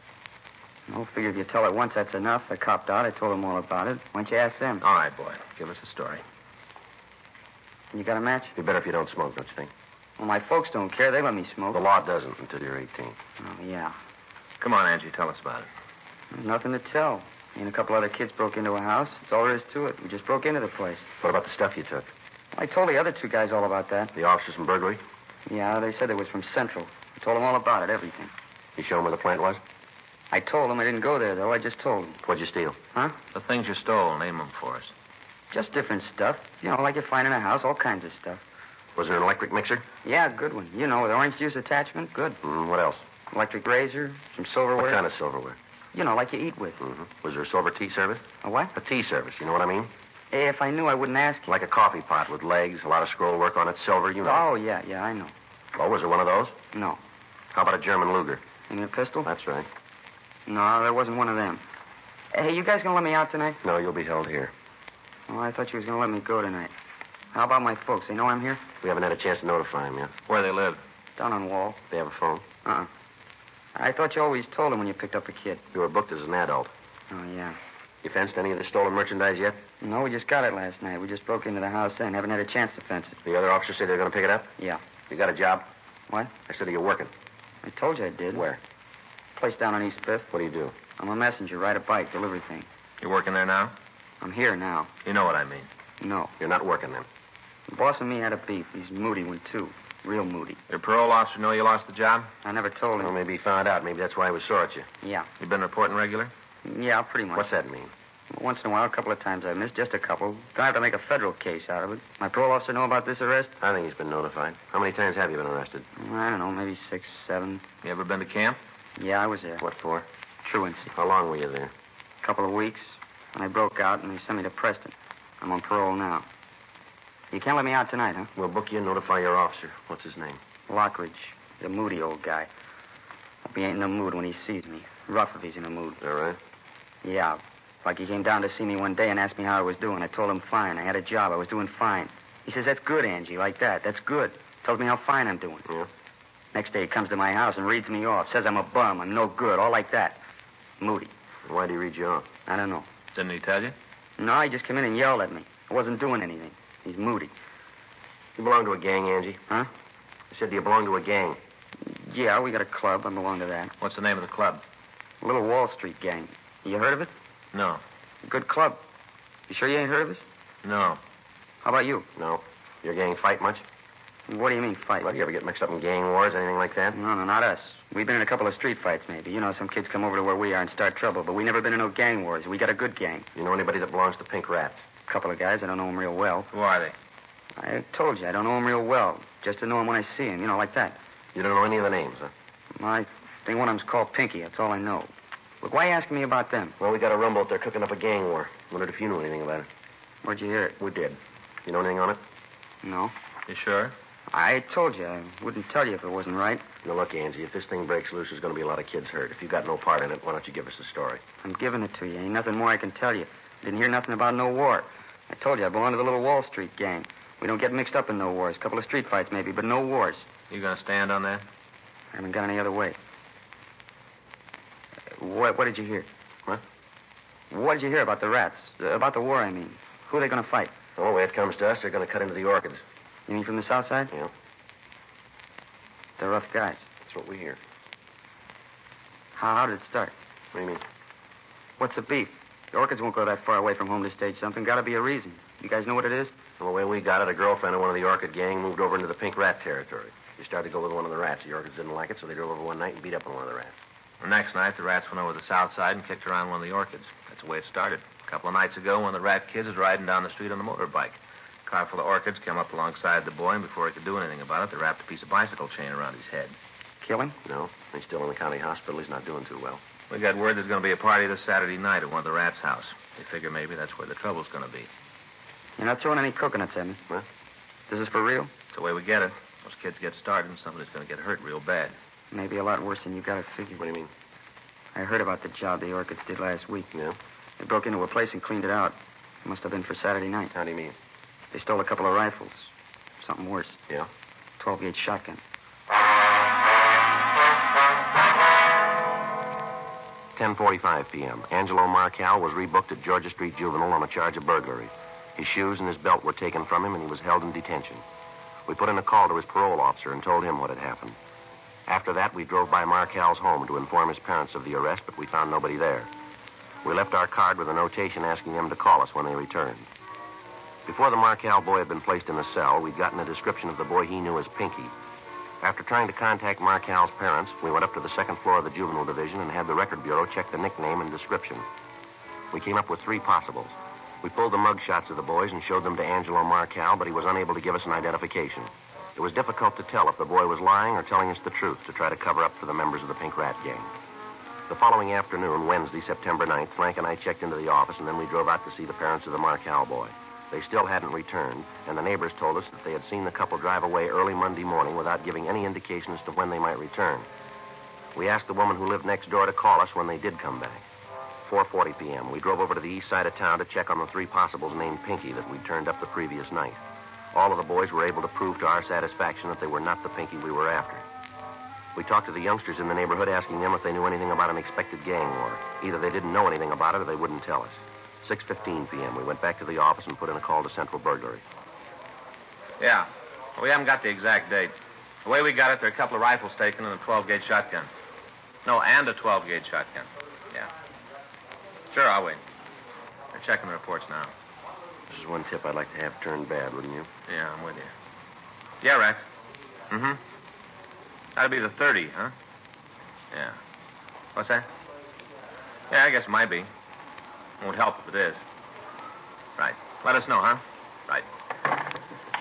Speaker 5: No, figure if you tell it once, that's enough. They copped out. I told them all about it. Why don't you ask them?
Speaker 4: All right, boy. Give us a story.
Speaker 5: You got a match?
Speaker 7: Be better if you don't smoke, don't you think?
Speaker 5: Well, my folks don't care. They let me smoke.
Speaker 7: The law doesn't until you're 18.
Speaker 5: Oh, yeah.
Speaker 4: Come on, Angie. Tell us about it.
Speaker 5: There's nothing to tell. Me and a couple other kids broke into a house. That's all there is to it. We just broke into the place.
Speaker 7: What about the stuff you took?
Speaker 5: I told the other two guys all about that.
Speaker 7: The officers from burglary?
Speaker 5: Yeah, they said it was from Central. I told them all about it, everything.
Speaker 7: You show them where the plant was?
Speaker 5: I told them I didn't go there, though. I just told them.
Speaker 7: What'd you steal?
Speaker 5: Huh?
Speaker 4: The things you stole, name them for us.
Speaker 5: Just different stuff. You know, like you find in a house, all kinds of stuff.
Speaker 7: Was there an electric mixer?
Speaker 5: Yeah, good one. You know, with orange juice attachment, good.
Speaker 7: Mm, what else?
Speaker 5: Electric razor, some silverware.
Speaker 7: What kind of silverware?
Speaker 5: You know, like you eat with.
Speaker 7: Mm-hmm. Was there a silver tea service?
Speaker 5: A what?
Speaker 7: A tea service, you know what I mean?
Speaker 5: If I knew, I wouldn't ask you.
Speaker 7: Like a coffee pot with legs, a lot of scroll work on it, silver, you know.
Speaker 5: Oh, yeah, yeah, I know.
Speaker 7: Oh, was there one of those?
Speaker 5: No.
Speaker 7: How about a German Luger?
Speaker 5: And your pistol?
Speaker 7: That's right.
Speaker 5: No, there wasn't one of them. Hey, you guys gonna let me out tonight?
Speaker 7: No, you'll be held here.
Speaker 5: Oh, I thought you was gonna let me go tonight. How about my folks? They know I'm here?
Speaker 7: We haven't had a chance to notify them yet.
Speaker 4: Where they live.
Speaker 5: Down on Wall.
Speaker 7: They have a phone.
Speaker 5: Uh-uh. I thought you always told them when you picked up a kid.
Speaker 7: You were booked as an adult.
Speaker 5: Oh, yeah.
Speaker 7: You fenced any of the stolen merchandise yet?
Speaker 5: No, we just got it last night. We just broke into the house and haven't had a chance to fence it.
Speaker 7: The other officers say they're going to pick it up?
Speaker 5: Yeah.
Speaker 7: You got a job?
Speaker 5: What?
Speaker 7: I said you're working.
Speaker 5: I told you I did.
Speaker 7: Where?
Speaker 5: Place down on East Fifth.
Speaker 7: What do you do?
Speaker 5: I'm a messenger, ride a bike, deliver things.
Speaker 4: You working there now?
Speaker 5: I'm here now.
Speaker 4: You know what I mean.
Speaker 5: No.
Speaker 7: You're not working then.
Speaker 5: The boss and me had a beef. He's a moody one, too. Real moody.
Speaker 4: Your parole officer know you lost the job?
Speaker 5: I never told him.
Speaker 7: Well, maybe he found out. Maybe that's why he was sore at you.
Speaker 5: Yeah.
Speaker 4: You been reporting regular?
Speaker 5: Yeah, pretty much.
Speaker 7: What's that mean?
Speaker 5: Once in a while, a couple of times I missed, just a couple. Gonna have to make a federal case out of it. My parole officer know about this arrest? Mm,
Speaker 7: I think he's been notified. How many times have you been arrested?
Speaker 5: I don't know, maybe six, seven.
Speaker 4: You ever been to camp?
Speaker 5: Yeah, I was there.
Speaker 7: What for?
Speaker 5: Truancy.
Speaker 7: How long were you there?
Speaker 5: A couple of weeks. And I broke out, and they sent me to Preston. I'm on parole now. You can't let me out tonight, huh?
Speaker 7: We'll book you and notify your officer. What's his name?
Speaker 5: Lockridge, the moody old guy. Hope he ain't in the mood when he sees me. Rough if he's in the mood.
Speaker 7: All right.
Speaker 5: Yeah. Like he came down to see me one day and asked me how I was doing. I told him fine. I had a job. I was doing fine. He says, That's good, Angie, like that. That's good. Tells me how fine I'm doing.
Speaker 7: Yeah.
Speaker 5: Next day he comes to my house and reads me off. Says I'm a bum. I'm no good. All like that. Moody.
Speaker 7: Why'd he read you off?
Speaker 5: I don't know.
Speaker 4: Didn't he tell you?
Speaker 5: No, he just came in and yelled at me. I wasn't doing anything. He's moody.
Speaker 7: You belong to a gang, Angie.
Speaker 5: Huh?
Speaker 7: I said, do you belong to a gang?
Speaker 5: Yeah, we got a club. I belong to that.
Speaker 4: What's the name of the club?
Speaker 5: Little Wall Street Gang. You heard of it?
Speaker 4: No.
Speaker 5: Good club. You sure you ain't heard of us?
Speaker 4: No.
Speaker 5: How about you?
Speaker 7: No. Your gang fight much?
Speaker 5: What do you mean fight?
Speaker 7: Well, do you ever get mixed up in gang wars, anything like that?
Speaker 5: No, no, not us. We've been in a couple of street fights, maybe. You know, some kids come over to where we are and start trouble, but we never been in no gang wars. We got a good gang.
Speaker 7: You know anybody that belongs to Pink Rats?
Speaker 5: A couple of guys. I don't know 'em real well.
Speaker 4: Who are they?
Speaker 5: I told you, I don't know 'em real well. Just to know 'em when I see 'em, you know, like that.
Speaker 7: You don't know any of the names, huh?
Speaker 5: I think one of 'em's called Pinky. That's all I know. Look, why you asking me about them?
Speaker 7: Well, we got a rumble that they're cooking up a gang war. Wondered if you knew anything about it.
Speaker 5: Where'd you hear it?
Speaker 7: We did. You know anything on it?
Speaker 5: No.
Speaker 4: You sure?
Speaker 5: I told you, I wouldn't tell you if it wasn't right.
Speaker 7: Now, look, Angie, if this thing breaks loose, there's going to be a lot of kids hurt. If you got no part in it, why don't you give us the story?
Speaker 5: I'm giving it to you. Ain't nothing more I can tell you. Didn't hear nothing about no war. I told you I belong to the little Wall Street gang. We don't get mixed up in no wars. A couple of street fights, maybe, but no wars.
Speaker 4: You gonna stand on that?
Speaker 5: I haven't got any other way. Uh, What, what did you hear?
Speaker 7: What?
Speaker 5: What did you hear about the rats? Uh, about the war, I mean. Who are they going to fight?
Speaker 7: Oh, when it comes to us, they're going to cut into the orchids.
Speaker 5: You mean from the south side?
Speaker 7: Yeah,
Speaker 5: They're rough guys.
Speaker 7: that's what we hear.
Speaker 5: How, how did it start?
Speaker 7: What do you mean?
Speaker 5: What's the beef? The orchids won't go that far away from home to stage something. Gotta be a reason. You guys know what it is?
Speaker 7: The way we got it, a girlfriend of one of the orchid gang moved over into the pink rat territory. She started to go with one of the rats. The orchids didn't like it, so they drove over one night and beat up on one of the rats.
Speaker 4: The next night, the rats went over to the south side and kicked around one of the orchids. That's the way it started. A couple of nights ago, one of the rat kids was riding down the street on the motorbike. A car full of orchids came up alongside the boy, and before he could do anything about it, they wrapped a piece of bicycle chain around his head.
Speaker 7: Kill him? No. He's still in the county hospital. He's not doing too well.
Speaker 4: We got word there's going to be a party this Saturday night at one of the rats' house. They figure maybe that's where the trouble's going to be.
Speaker 5: You're not throwing any coconuts at me.
Speaker 7: What?
Speaker 5: This is for real?
Speaker 4: It's the way we get it. Those kids get started, and somebody's going to get hurt real bad.
Speaker 5: Maybe a lot worse than you got it figured.
Speaker 7: What do you mean?
Speaker 5: I heard about the job the orchids did last week.
Speaker 7: Yeah?
Speaker 5: They broke into a place and cleaned it out. It must have been for Saturday night.
Speaker 7: How do you mean?
Speaker 5: They stole a couple of rifles. Something worse.
Speaker 7: Yeah?
Speaker 5: 12 gauge shotgun.
Speaker 7: Ten forty-five p.m. Angelo Marcal was rebooked at Georgia Street Juvenile on a charge of burglary. His shoes and his belt were taken from him, and he was held in detention. We put in a call to his parole officer and told him what had happened. After that, we drove by Marcal's home to inform his parents of the arrest, but we found nobody there. We left our card with a notation asking them to call us when they returned. Before the Marcal boy had been placed in a cell, we'd gotten a description of the boy he knew as Pinky. After trying to contact Marcal's parents, we went up to the second floor of the juvenile division and had the record bureau check the nickname and description. We came up with three possibles. We pulled the mug shots of the boys and showed them to Angelo Marcal, but he was unable to give us an identification. It was difficult to tell if the boy was lying or telling us the truth to try to cover up for the members of the Pink Rat Gang. The following afternoon, Wednesday, September 9th, Frank and I checked into the office, and then we drove out to see the parents of the Marcal boy. They still hadn't returned, and the neighbors told us that they had seen the couple drive away early Monday morning without giving any indication as to when they might return. We asked the woman who lived next door to call us when they did come back. 4:40 p.m. We drove over to the east side of town to check on the three possibles named Pinky that we'd turned up the previous night. All of the boys were able to prove to our satisfaction that they were not the Pinky we were after. We talked to the youngsters in the neighborhood asking them if they knew anything about an expected gang war. Either they didn't know anything about it or they wouldn't tell us. 6:15 p.m. We went back to the office and put in a call to Central Burglary.
Speaker 4: Yeah. We haven't got the exact date. The way we got it, there are a couple of rifles taken and a 12 gauge shotgun. No, and a 12 gauge shotgun. Yeah. Sure, I'll wait. They're checking the reports now.
Speaker 7: This is one tip I'd like to have turned bad, wouldn't you?
Speaker 4: Yeah, I'm with you. Yeah, Rex.
Speaker 7: Mm-hmm.
Speaker 4: Mm hmm. That'll be the 30, huh? Yeah. What's that? Yeah, I guess it might be. Won't help if it is. Right. Let us know, huh? Right.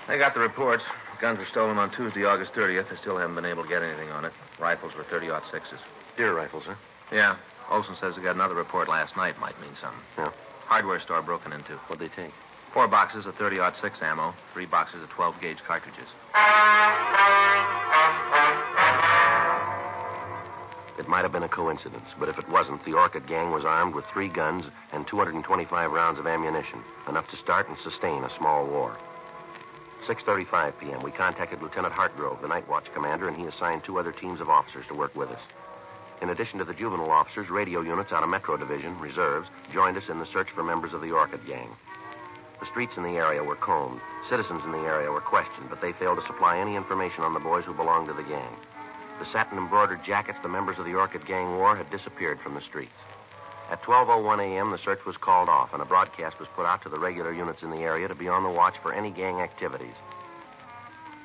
Speaker 4: They got the reports. Guns were stolen on Tuesday, August 30th. They still haven't been able to get anything on it. Rifles were 30 sixes.
Speaker 7: Deer rifles, huh?
Speaker 4: Yeah. Olson says they got another report last night. Might mean something.
Speaker 7: Yeah.
Speaker 4: Hardware store broken into.
Speaker 7: What'd they take?
Speaker 4: Four boxes of 30 six ammo, three boxes of 12 gauge cartridges.
Speaker 7: It might have been a coincidence, but if it wasn't, the Orchid Gang was armed with three guns and 225 rounds of ammunition, enough to start and sustain a small war. 6:35 p.m. We contacted Lieutenant Hartgrove, the night watch commander, and he assigned two other teams of officers to work with us. In addition to the juvenile officers, radio units out of Metro Division reserves joined us in the search for members of the Orchid Gang. The streets in the area were combed. Citizens in the area were questioned, but they failed to supply any information on the boys who belonged to the gang. The satin embroidered jackets the members of the Orchid Gang wore had disappeared from the streets. At 12:01 a.m., the search was called off, and a broadcast was put out to the regular units in the area to be on the watch for any gang activities.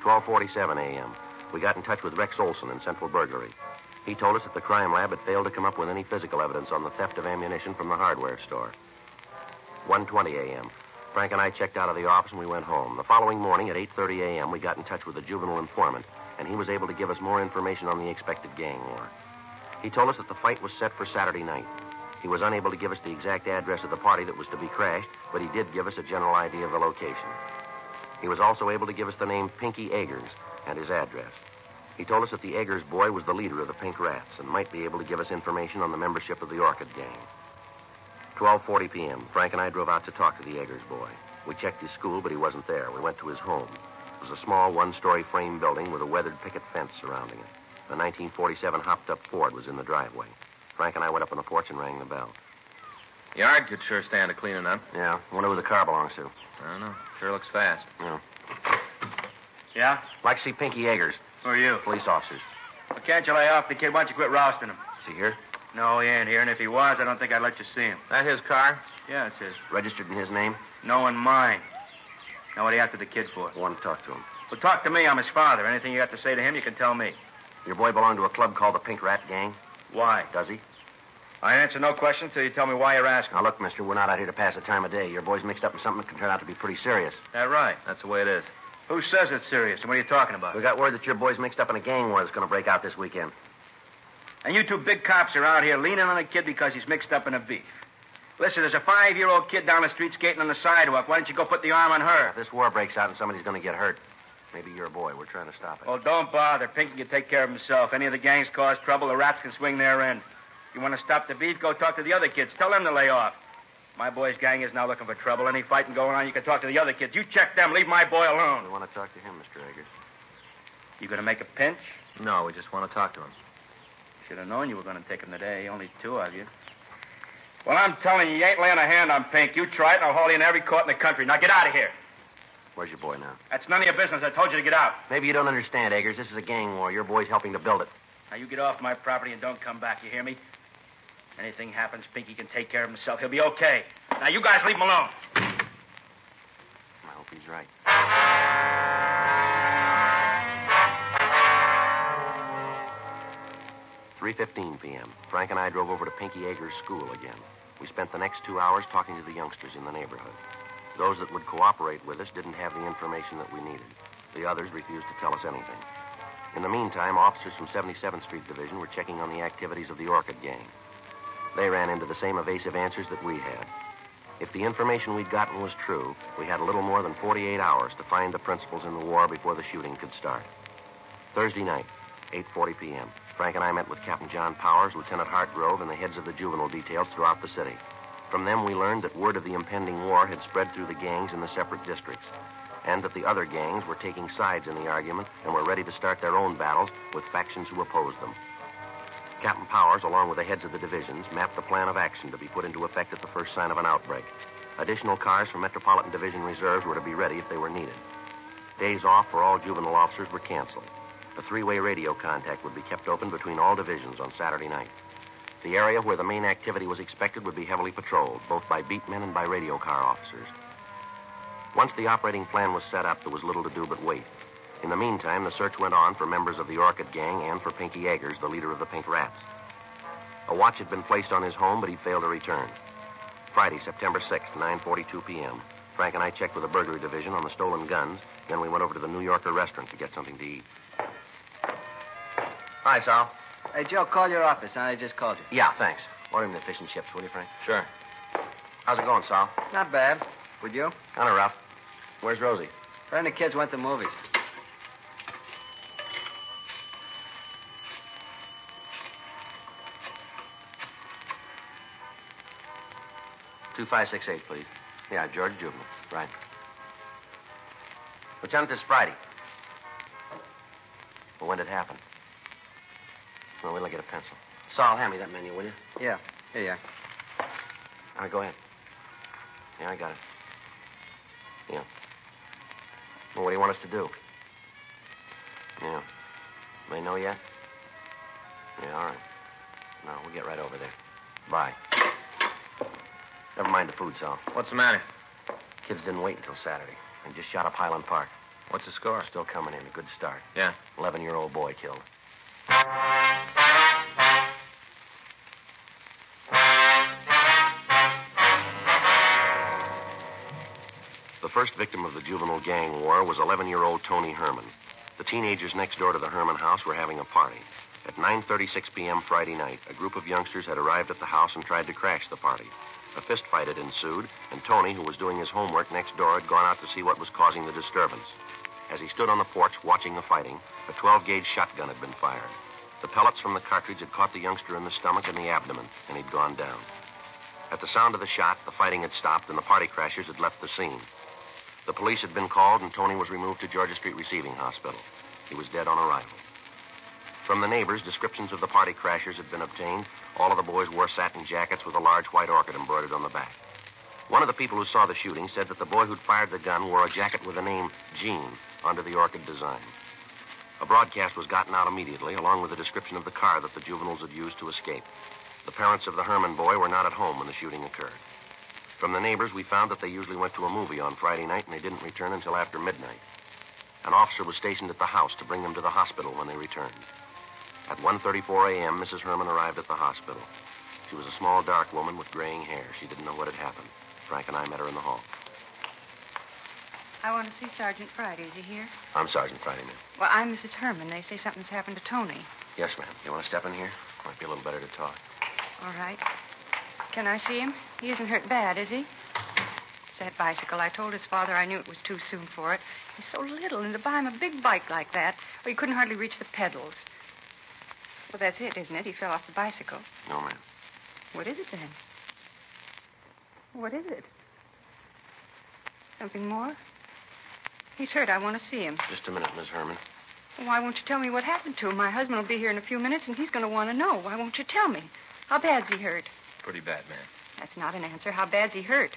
Speaker 7: 12:47 a.m., we got in touch with Rex Olson in Central Burglary. He told us that the crime lab had failed to come up with any physical evidence on the theft of ammunition from the hardware store. 1:20 a.m., Frank and I checked out of the office and we went home. The following morning at 8:30 a.m., we got in touch with the juvenile informant and he was able to give us more information on the expected gang war. He told us that the fight was set for Saturday night. He was unable to give us the exact address of the party that was to be crashed, but he did give us a general idea of the location. He was also able to give us the name Pinky Eggers and his address. He told us that the Eggers boy was the leader of the Pink Rats and might be able to give us information on the membership of the Orchid Gang. 12:40 p.m. Frank and I drove out to talk to the Eggers boy. We checked his school, but he wasn't there. We went to his home was a small one story frame building with a weathered picket fence surrounding it. A 1947 hopped up Ford was in the driveway. Frank and I went up on the porch and rang the bell.
Speaker 4: Yard could sure stand a cleaning up.
Speaker 7: Yeah, wonder who the car belongs to.
Speaker 4: I don't know. Sure looks fast.
Speaker 7: Yeah.
Speaker 6: Yeah?
Speaker 7: Like to see Pinky Eggers.
Speaker 6: Who are you?
Speaker 7: Police officers.
Speaker 6: Well, can't you lay off the kid? Why don't you quit rousting him?
Speaker 7: See here?
Speaker 6: No, he ain't here, and if he was, I don't think I'd let you see him.
Speaker 9: That his car?
Speaker 6: Yeah, it's his.
Speaker 7: Registered in his name?
Speaker 6: No, in mine. Now, what are you after the kid for?
Speaker 7: I want to talk to him.
Speaker 6: Well, talk to me. I'm his father. Anything you got to say to him, you can tell me.
Speaker 7: Your boy belonged to a club called the Pink Rat Gang?
Speaker 6: Why?
Speaker 7: Does he?
Speaker 6: I answer no questions till you tell me why you're asking.
Speaker 7: Now, look, mister, we're not out here to pass the time of day. Your boy's mixed up in something that can turn out to be pretty serious.
Speaker 6: That right. That's the way it is. Who says it's serious, and what are you talking about?
Speaker 7: We got word that your boy's mixed up in a gang war that's going to break out this weekend.
Speaker 6: And you two big cops are out here leaning on a kid because he's mixed up in a beef. Listen, there's a five-year-old kid down the street skating on the sidewalk. Why don't you go put the arm on her?
Speaker 7: If this war breaks out and somebody's going to get hurt, maybe your boy. We're trying to stop it.
Speaker 6: Oh, don't bother. Pinky can take care of himself. Any of the gangs cause trouble, the rats can swing their end. You want to stop the beef? Go talk to the other kids. Tell them to lay off. My boy's gang is now looking for trouble. Any fighting going on, you can talk to the other kids. You check them. Leave my boy alone.
Speaker 7: We want to talk to him, Mr. Eggers.
Speaker 6: You going to make a pinch?
Speaker 9: No, we just want to talk to him.
Speaker 6: Should have known you were going to take him today. Only two of you. Well, I'm telling you, you ain't laying a hand on Pink. You try it, and I'll haul you in every court in the country. Now get out of here.
Speaker 7: Where's your boy now?
Speaker 6: That's none of your business. I told you to get out.
Speaker 7: Maybe you don't understand, Eggers. This is a gang war. Your boy's helping to build it.
Speaker 6: Now you get off my property and don't come back. You hear me? Anything happens, Pinky can take care of himself. He'll be okay. Now you guys leave him alone.
Speaker 7: I hope he's right. Three fifteen p.m. Frank and I drove over to Pinky Eggers' school again. We spent the next two hours talking to the youngsters in the neighborhood. Those that would cooperate with us didn't have the information that we needed. The others refused to tell us anything. In the meantime, officers from 77th Street Division were checking on the activities of the Orchid Gang. They ran into the same evasive answers that we had. If the information we'd gotten was true, we had a little more than 48 hours to find the principals in the war before the shooting could start. Thursday night, 8:40 p.m. Frank and I met with Captain John Powers, Lieutenant Hartgrove, and the heads of the juvenile details throughout the city. From them, we learned that word of the impending war had spread through the gangs in the separate districts, and that the other gangs were taking sides in the argument and were ready to start their own battles with factions who opposed them. Captain Powers, along with the heads of the divisions, mapped the plan of action to be put into effect at the first sign of an outbreak. Additional cars from Metropolitan Division reserves were to be ready if they were needed. Days off for all juvenile officers were canceled. A three way radio contact would be kept open between all divisions on Saturday night. The area where the main activity was expected would be heavily patrolled, both by beat men and by radio car officers. Once the operating plan was set up, there was little to do but wait. In the meantime, the search went on for members of the Orchid Gang and for Pinky Eggers, the leader of the Pink Rats. A watch had been placed on his home, but he failed to return. Friday, September 6th, 9.42 p.m. Frank and I checked with the burglary division on the stolen guns. Then we went over to the New Yorker restaurant to get something to eat.
Speaker 8: Hi, Sal.
Speaker 5: Hey, Joe, call your office. I just called you.
Speaker 7: Yeah, thanks. Order him the fish and chips, will you, Frank?
Speaker 8: Sure.
Speaker 7: How's it going, Sal?
Speaker 5: Not bad. Would you?
Speaker 7: Kind of rough. Where's Rosie?
Speaker 5: Her and the kids went to movies.
Speaker 7: Two five six eight, please. Yeah, George Juvenile. Right. Lieutenant, this Friday. Well, when did it happen? Well, wait till I get a pencil. Sal, hand me that menu, will you?
Speaker 5: Yeah. Here you are.
Speaker 7: All right, go ahead. Yeah, I got it. Yeah. Well, what do you want us to do? Yeah. They know yet? Yeah, all right. No, we'll get right over there. Bye. Never mind the food, Sal.
Speaker 8: What's the matter?
Speaker 7: Kids didn't wait until Saturday. They just shot up Highland Park.
Speaker 8: What's the score?
Speaker 7: Still coming in. A good start.
Speaker 8: Yeah.
Speaker 7: 11 year old boy killed. The first victim of the juvenile gang war was 11-year-old Tony Herman. The teenagers next door to the Herman house were having a party. At 9:36 p.m. Friday night, a group of youngsters had arrived at the house and tried to crash the party. A fistfight had ensued, and Tony, who was doing his homework next door, had gone out to see what was causing the disturbance. As he stood on the porch watching the fighting, a 12-gauge shotgun had been fired. The pellets from the cartridge had caught the youngster in the stomach and the abdomen, and he'd gone down. At the sound of the shot, the fighting had stopped and the party crashers had left the scene. The police had been called, and Tony was removed to Georgia Street Receiving Hospital. He was dead on arrival. From the neighbors, descriptions of the party crashers had been obtained. All of the boys wore satin jackets with a large white orchid embroidered on the back. One of the people who saw the shooting said that the boy who'd fired the gun wore a jacket with the name Jean under the orchid design. A broadcast was gotten out immediately, along with a description of the car that the juveniles had used to escape. The parents of the Herman boy were not at home when the shooting occurred. From the neighbors, we found that they usually went to a movie on Friday night and they didn't return until after midnight. An officer was stationed at the house to bring them to the hospital when they returned. At 1:34 a.m., Mrs. Herman arrived at the hospital. She was a small, dark woman with graying hair. She didn't know what had happened. Frank and I met her in the hall.
Speaker 8: I want to see Sergeant Friday. Is he here?
Speaker 7: I'm Sergeant Friday, ma'am.
Speaker 8: Well, I'm Mrs. Herman. They say something's happened to Tony.
Speaker 7: Yes, ma'am. You want to step in here? Might be a little better to talk.
Speaker 8: All right. Can I see him? He isn't hurt bad, is he? It's that bicycle. I told his father I knew it was too soon for it. He's so little, and to buy him a big bike like that, well, he couldn't hardly reach the pedals. Well, that's it, isn't it? He fell off the bicycle.
Speaker 7: No, ma'am.
Speaker 8: What is it then? What is it? Something more? He's hurt. I want to see him.
Speaker 7: Just a minute, Miss Herman.
Speaker 8: Why won't you tell me what happened to him? My husband will be here in a few minutes, and he's going to want to know. Why won't you tell me? How bad's he hurt?
Speaker 4: Pretty bad, man.
Speaker 8: That's not an answer. How bad's he hurt?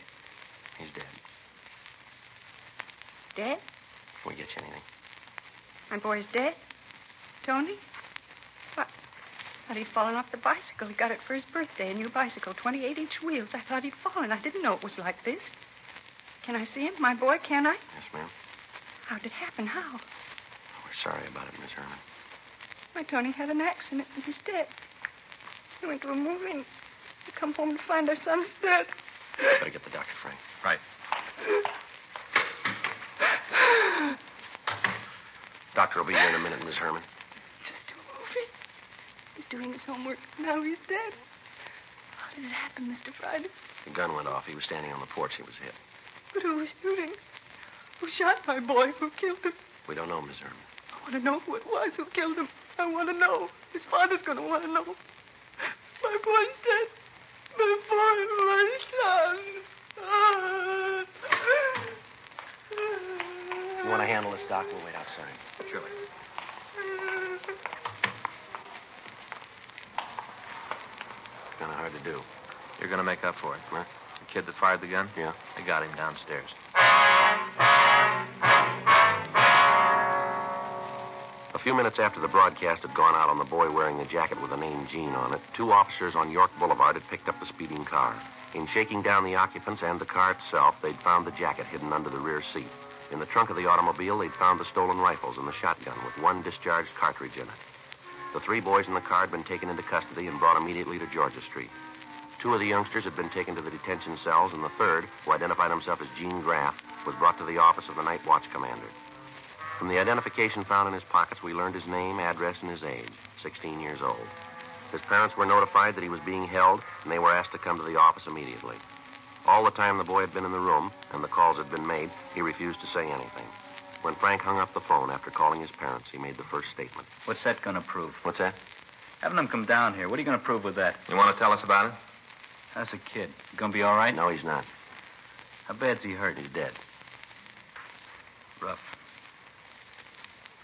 Speaker 7: He's dead.
Speaker 8: Dead?
Speaker 7: Can we get you anything?
Speaker 8: My boy's dead? Tony? What? Thought he'd fallen off the bicycle. He got it for his birthday, a new bicycle, 28 inch wheels. I thought he'd fallen. I didn't know it was like this. Can I see him? My boy, can I?
Speaker 7: Yes, ma'am.
Speaker 8: How'd it happen? How?
Speaker 7: Oh, We're sorry about it, Miss Herman.
Speaker 8: My Tony had an accident and he's dead. He went to a movie and we come home to find our son's dead.
Speaker 7: Better get the doctor, Frank.
Speaker 4: Right.
Speaker 7: Doctor will be here in a minute, Miss Herman.
Speaker 8: Movie. He's doing his homework. Now he's dead. How did it happen, Mr. Friday?
Speaker 7: The gun went off. He was standing on the porch. He was hit.
Speaker 8: But who was shooting? Who shot my boy? Who killed him?
Speaker 7: We don't know, Miss Herman.
Speaker 8: I want to know who it was who killed him. I want to know. His father's going to want to know. My boy's dead. My boy, my son.
Speaker 7: You want to handle this, Doc? We'll wait outside.
Speaker 4: Surely.
Speaker 7: Kind of hard to do.
Speaker 4: You're going to make up for it. The kid that fired the gun?
Speaker 7: Yeah.
Speaker 4: They got him downstairs.
Speaker 7: A few minutes after the broadcast had gone out on the boy wearing a jacket with the name Gene on it, two officers on York Boulevard had picked up the speeding car. In shaking down the occupants and the car itself, they'd found the jacket hidden under the rear seat. In the trunk of the automobile, they'd found the stolen rifles and the shotgun with one discharged cartridge in it. The three boys in the car had been taken into custody and brought immediately to Georgia Street. Two of the youngsters had been taken to the detention cells, and the third, who identified himself as Gene Graff, was brought to the office of the night watch commander. From the identification found in his pockets, we learned his name, address, and his age 16 years old. His parents were notified that he was being held, and they were asked to come to the office immediately. All the time the boy had been in the room and the calls had been made, he refused to say anything. When Frank hung up the phone after calling his parents, he made the first statement.
Speaker 9: What's that going to prove?
Speaker 7: What's that?
Speaker 9: Having him come down here. What are you going to prove with that?
Speaker 4: You want to tell us about it?
Speaker 9: How's the kid? You going to be all right?
Speaker 7: No, he's not.
Speaker 9: How bad's he hurt?
Speaker 7: He's dead.
Speaker 9: Rough.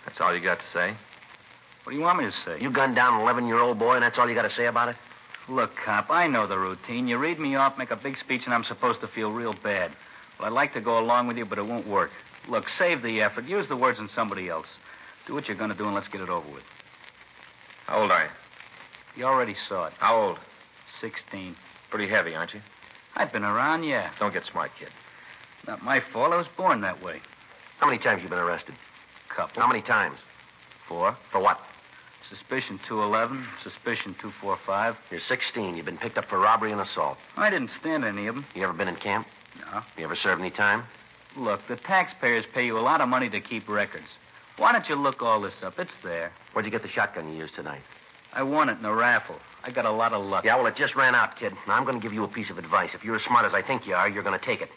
Speaker 4: That's all you got to say?
Speaker 9: What do you want me to say?
Speaker 7: You gunned down an 11 year old boy, and that's all you got to say about it?
Speaker 9: Look, cop, I know the routine. You read me off, make a big speech, and I'm supposed to feel real bad. Well, I'd like to go along with you, but it won't work. Look, save the effort. Use the words on somebody else. Do what you're going to do, and let's get it over with.
Speaker 4: How old are you?
Speaker 9: You already saw it.
Speaker 4: How old?
Speaker 9: 16.
Speaker 4: Pretty heavy, aren't you?
Speaker 9: I've been around, yeah.
Speaker 4: Don't get smart, kid.
Speaker 9: Not my fault. I was born that way.
Speaker 7: How many times you been arrested?
Speaker 9: Couple.
Speaker 7: How many times?
Speaker 9: Four.
Speaker 7: For what?
Speaker 9: Suspicion 211, suspicion 245.
Speaker 7: You're 16. You've been picked up for robbery and assault.
Speaker 9: I didn't stand any of them.
Speaker 7: You ever been in camp?
Speaker 9: No.
Speaker 7: You ever served any time?
Speaker 9: Look, the taxpayers pay you a lot of money to keep records. Why don't you look all this up? It's there.
Speaker 7: Where'd you get the shotgun you used tonight?
Speaker 9: I won it in a raffle. I got a lot of luck.
Speaker 7: Yeah, well, it just ran out, kid. Now, I'm going to give you a piece of advice. If you're as smart as I think you are, you're going to take it.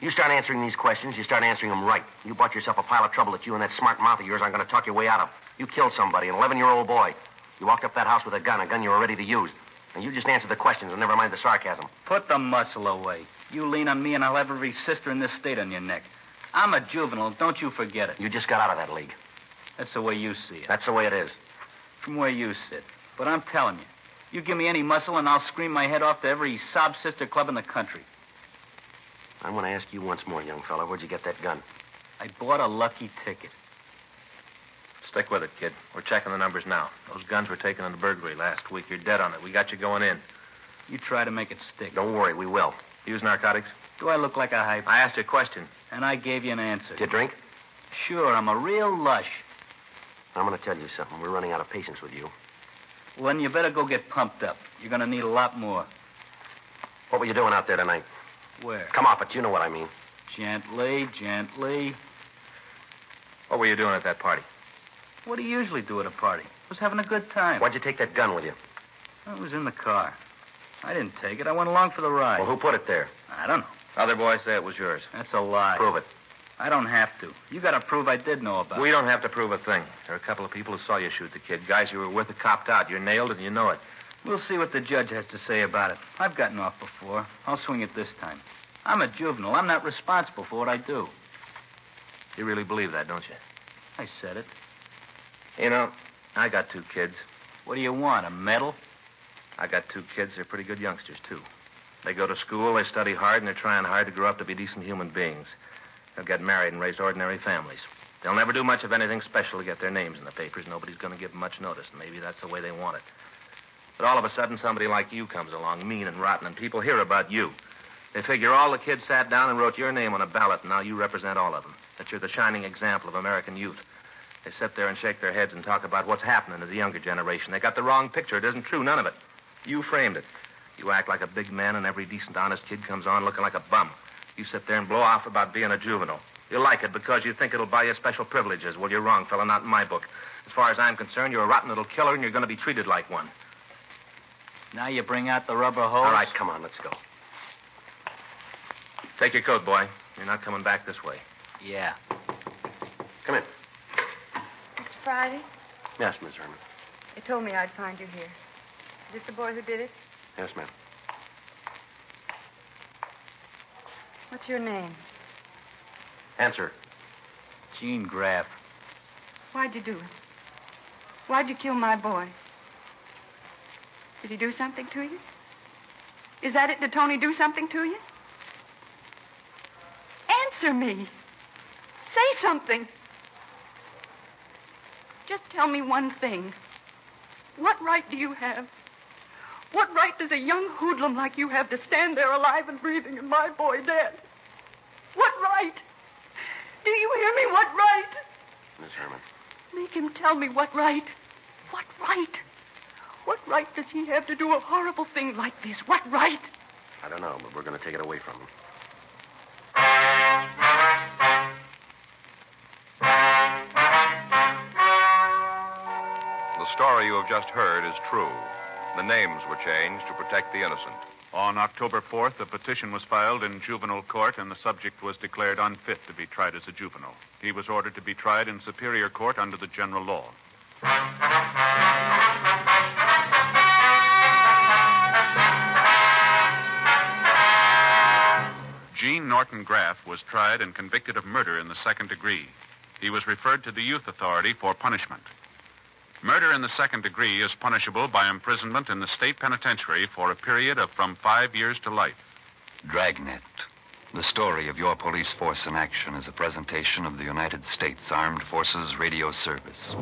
Speaker 7: You start answering these questions, you start answering them right. You bought yourself a pile of trouble that you and that smart mouth of yours aren't going to talk your way out of. You killed somebody, an 11 year old boy. You walked up that house with a gun, a gun you were ready to use. And you just answer the questions and never mind the sarcasm.
Speaker 9: Put the muscle away. You lean on me, and I'll have every sister in this state on your neck. I'm a juvenile. Don't you forget it.
Speaker 7: You just got out of that league.
Speaker 9: That's the way you see it.
Speaker 7: That's the way it is.
Speaker 9: From where you sit. But I'm telling you, you give me any muscle, and I'll scream my head off to every sob sister club in the country.
Speaker 7: I'm going to ask you once more, young fellow. Where'd you get that gun?
Speaker 9: I bought a lucky ticket.
Speaker 4: Stick with it, kid. We're checking the numbers now. Those guns were taken in the burglary last week. You're dead on it. We got you going in.
Speaker 9: You try to make it stick.
Speaker 4: Don't worry, we will. Use narcotics?
Speaker 9: Do I look like a hype?
Speaker 4: I asked you a question.
Speaker 9: And I gave you an answer.
Speaker 7: Did you drink?
Speaker 9: Sure, I'm a real lush.
Speaker 7: I'm going to tell you something. We're running out of patience with you.
Speaker 9: Well, then you better go get pumped up. You're going to need a lot more.
Speaker 7: What were you doing out there tonight?
Speaker 9: Where?
Speaker 7: Come off it. You know what I mean.
Speaker 9: Gently, gently.
Speaker 4: What were you doing at that party?
Speaker 9: What do you usually do at a party? I was having a good time.
Speaker 7: Why'd you take that gun with you?
Speaker 9: I was in the car. I didn't take it. I went along for the ride.
Speaker 7: Well, who put it there?
Speaker 9: I don't know.
Speaker 4: Other boys say it was yours.
Speaker 9: That's a lie.
Speaker 4: Prove it.
Speaker 9: I don't have to. You got to prove I did know about
Speaker 4: We
Speaker 9: it.
Speaker 4: don't have to prove a thing. There are a couple of people who saw you shoot the kid. Guys you were with who copped out. You're nailed and you know it.
Speaker 9: We'll see what the judge has to say about it. I've gotten off before. I'll swing it this time. I'm a juvenile. I'm not responsible for what I do.
Speaker 4: You really believe that, don't you?
Speaker 9: I said it.
Speaker 4: You know, I got two kids.
Speaker 9: What do you want? A medal?
Speaker 4: I got two kids. They're pretty good youngsters, too. They go to school, they study hard, and they're trying hard to grow up to be decent human beings. They'll get married and raise ordinary families. They'll never do much of anything special to get their names in the papers. Nobody's going to give them much notice, and maybe that's the way they want it. But all of a sudden, somebody like you comes along, mean and rotten, and people hear about you. They figure all the kids sat down and wrote your name on a ballot, and now you represent all of them. That you're the shining example of American youth. They sit there and shake their heads and talk about what's happening to the younger generation. They got the wrong picture. It isn't true, none of it. You framed it. You act like a big man, and every decent, honest kid comes on looking like a bum. You sit there and blow off about being a juvenile. You like it because you think it'll buy you special privileges. Well, you're wrong, fella, not in my book. As far as I'm concerned, you're a rotten little killer, and you're going to be treated like one.
Speaker 9: Now you bring out the rubber hose.
Speaker 4: All right, come on, let's go. Take your coat, boy. You're not coming back this way.
Speaker 9: Yeah.
Speaker 7: Come in.
Speaker 13: Mr. Friday,
Speaker 7: Yes, Miss Herman.
Speaker 13: you told me I'd find you here. Is this the boy who did it?
Speaker 7: Yes, ma'am.
Speaker 13: What's your name?
Speaker 7: Answer.
Speaker 9: Gene Graff.
Speaker 13: Why'd you do it? Why'd you kill my boy? Did he do something to you? Is that it? Did Tony do something to you? Answer me. Say something. Just tell me one thing. What right do you have? What right does a young hoodlum like you have to stand there alive and breathing and my boy dead? What right? Do you hear me? What right?
Speaker 7: Miss Herman.
Speaker 13: Make him tell me what right. What right? What right does he have to do a horrible thing like this? What right?
Speaker 7: I don't know, but we're going to take it away from him.
Speaker 12: The story you have just heard is true. The names were changed to protect the innocent.
Speaker 2: On October 4th, a petition was filed in juvenile court, and the subject was declared unfit to be tried as a juvenile. He was ordered to be tried in superior court under the general law. Gene Norton Graff was tried and convicted of murder in the second degree. He was referred to the Youth Authority for punishment. Murder in the second degree is punishable by imprisonment in the state penitentiary for a period of from five years to life.
Speaker 14: Dragnet. The story of your police force in action is a presentation of the United States Armed Forces Radio Service.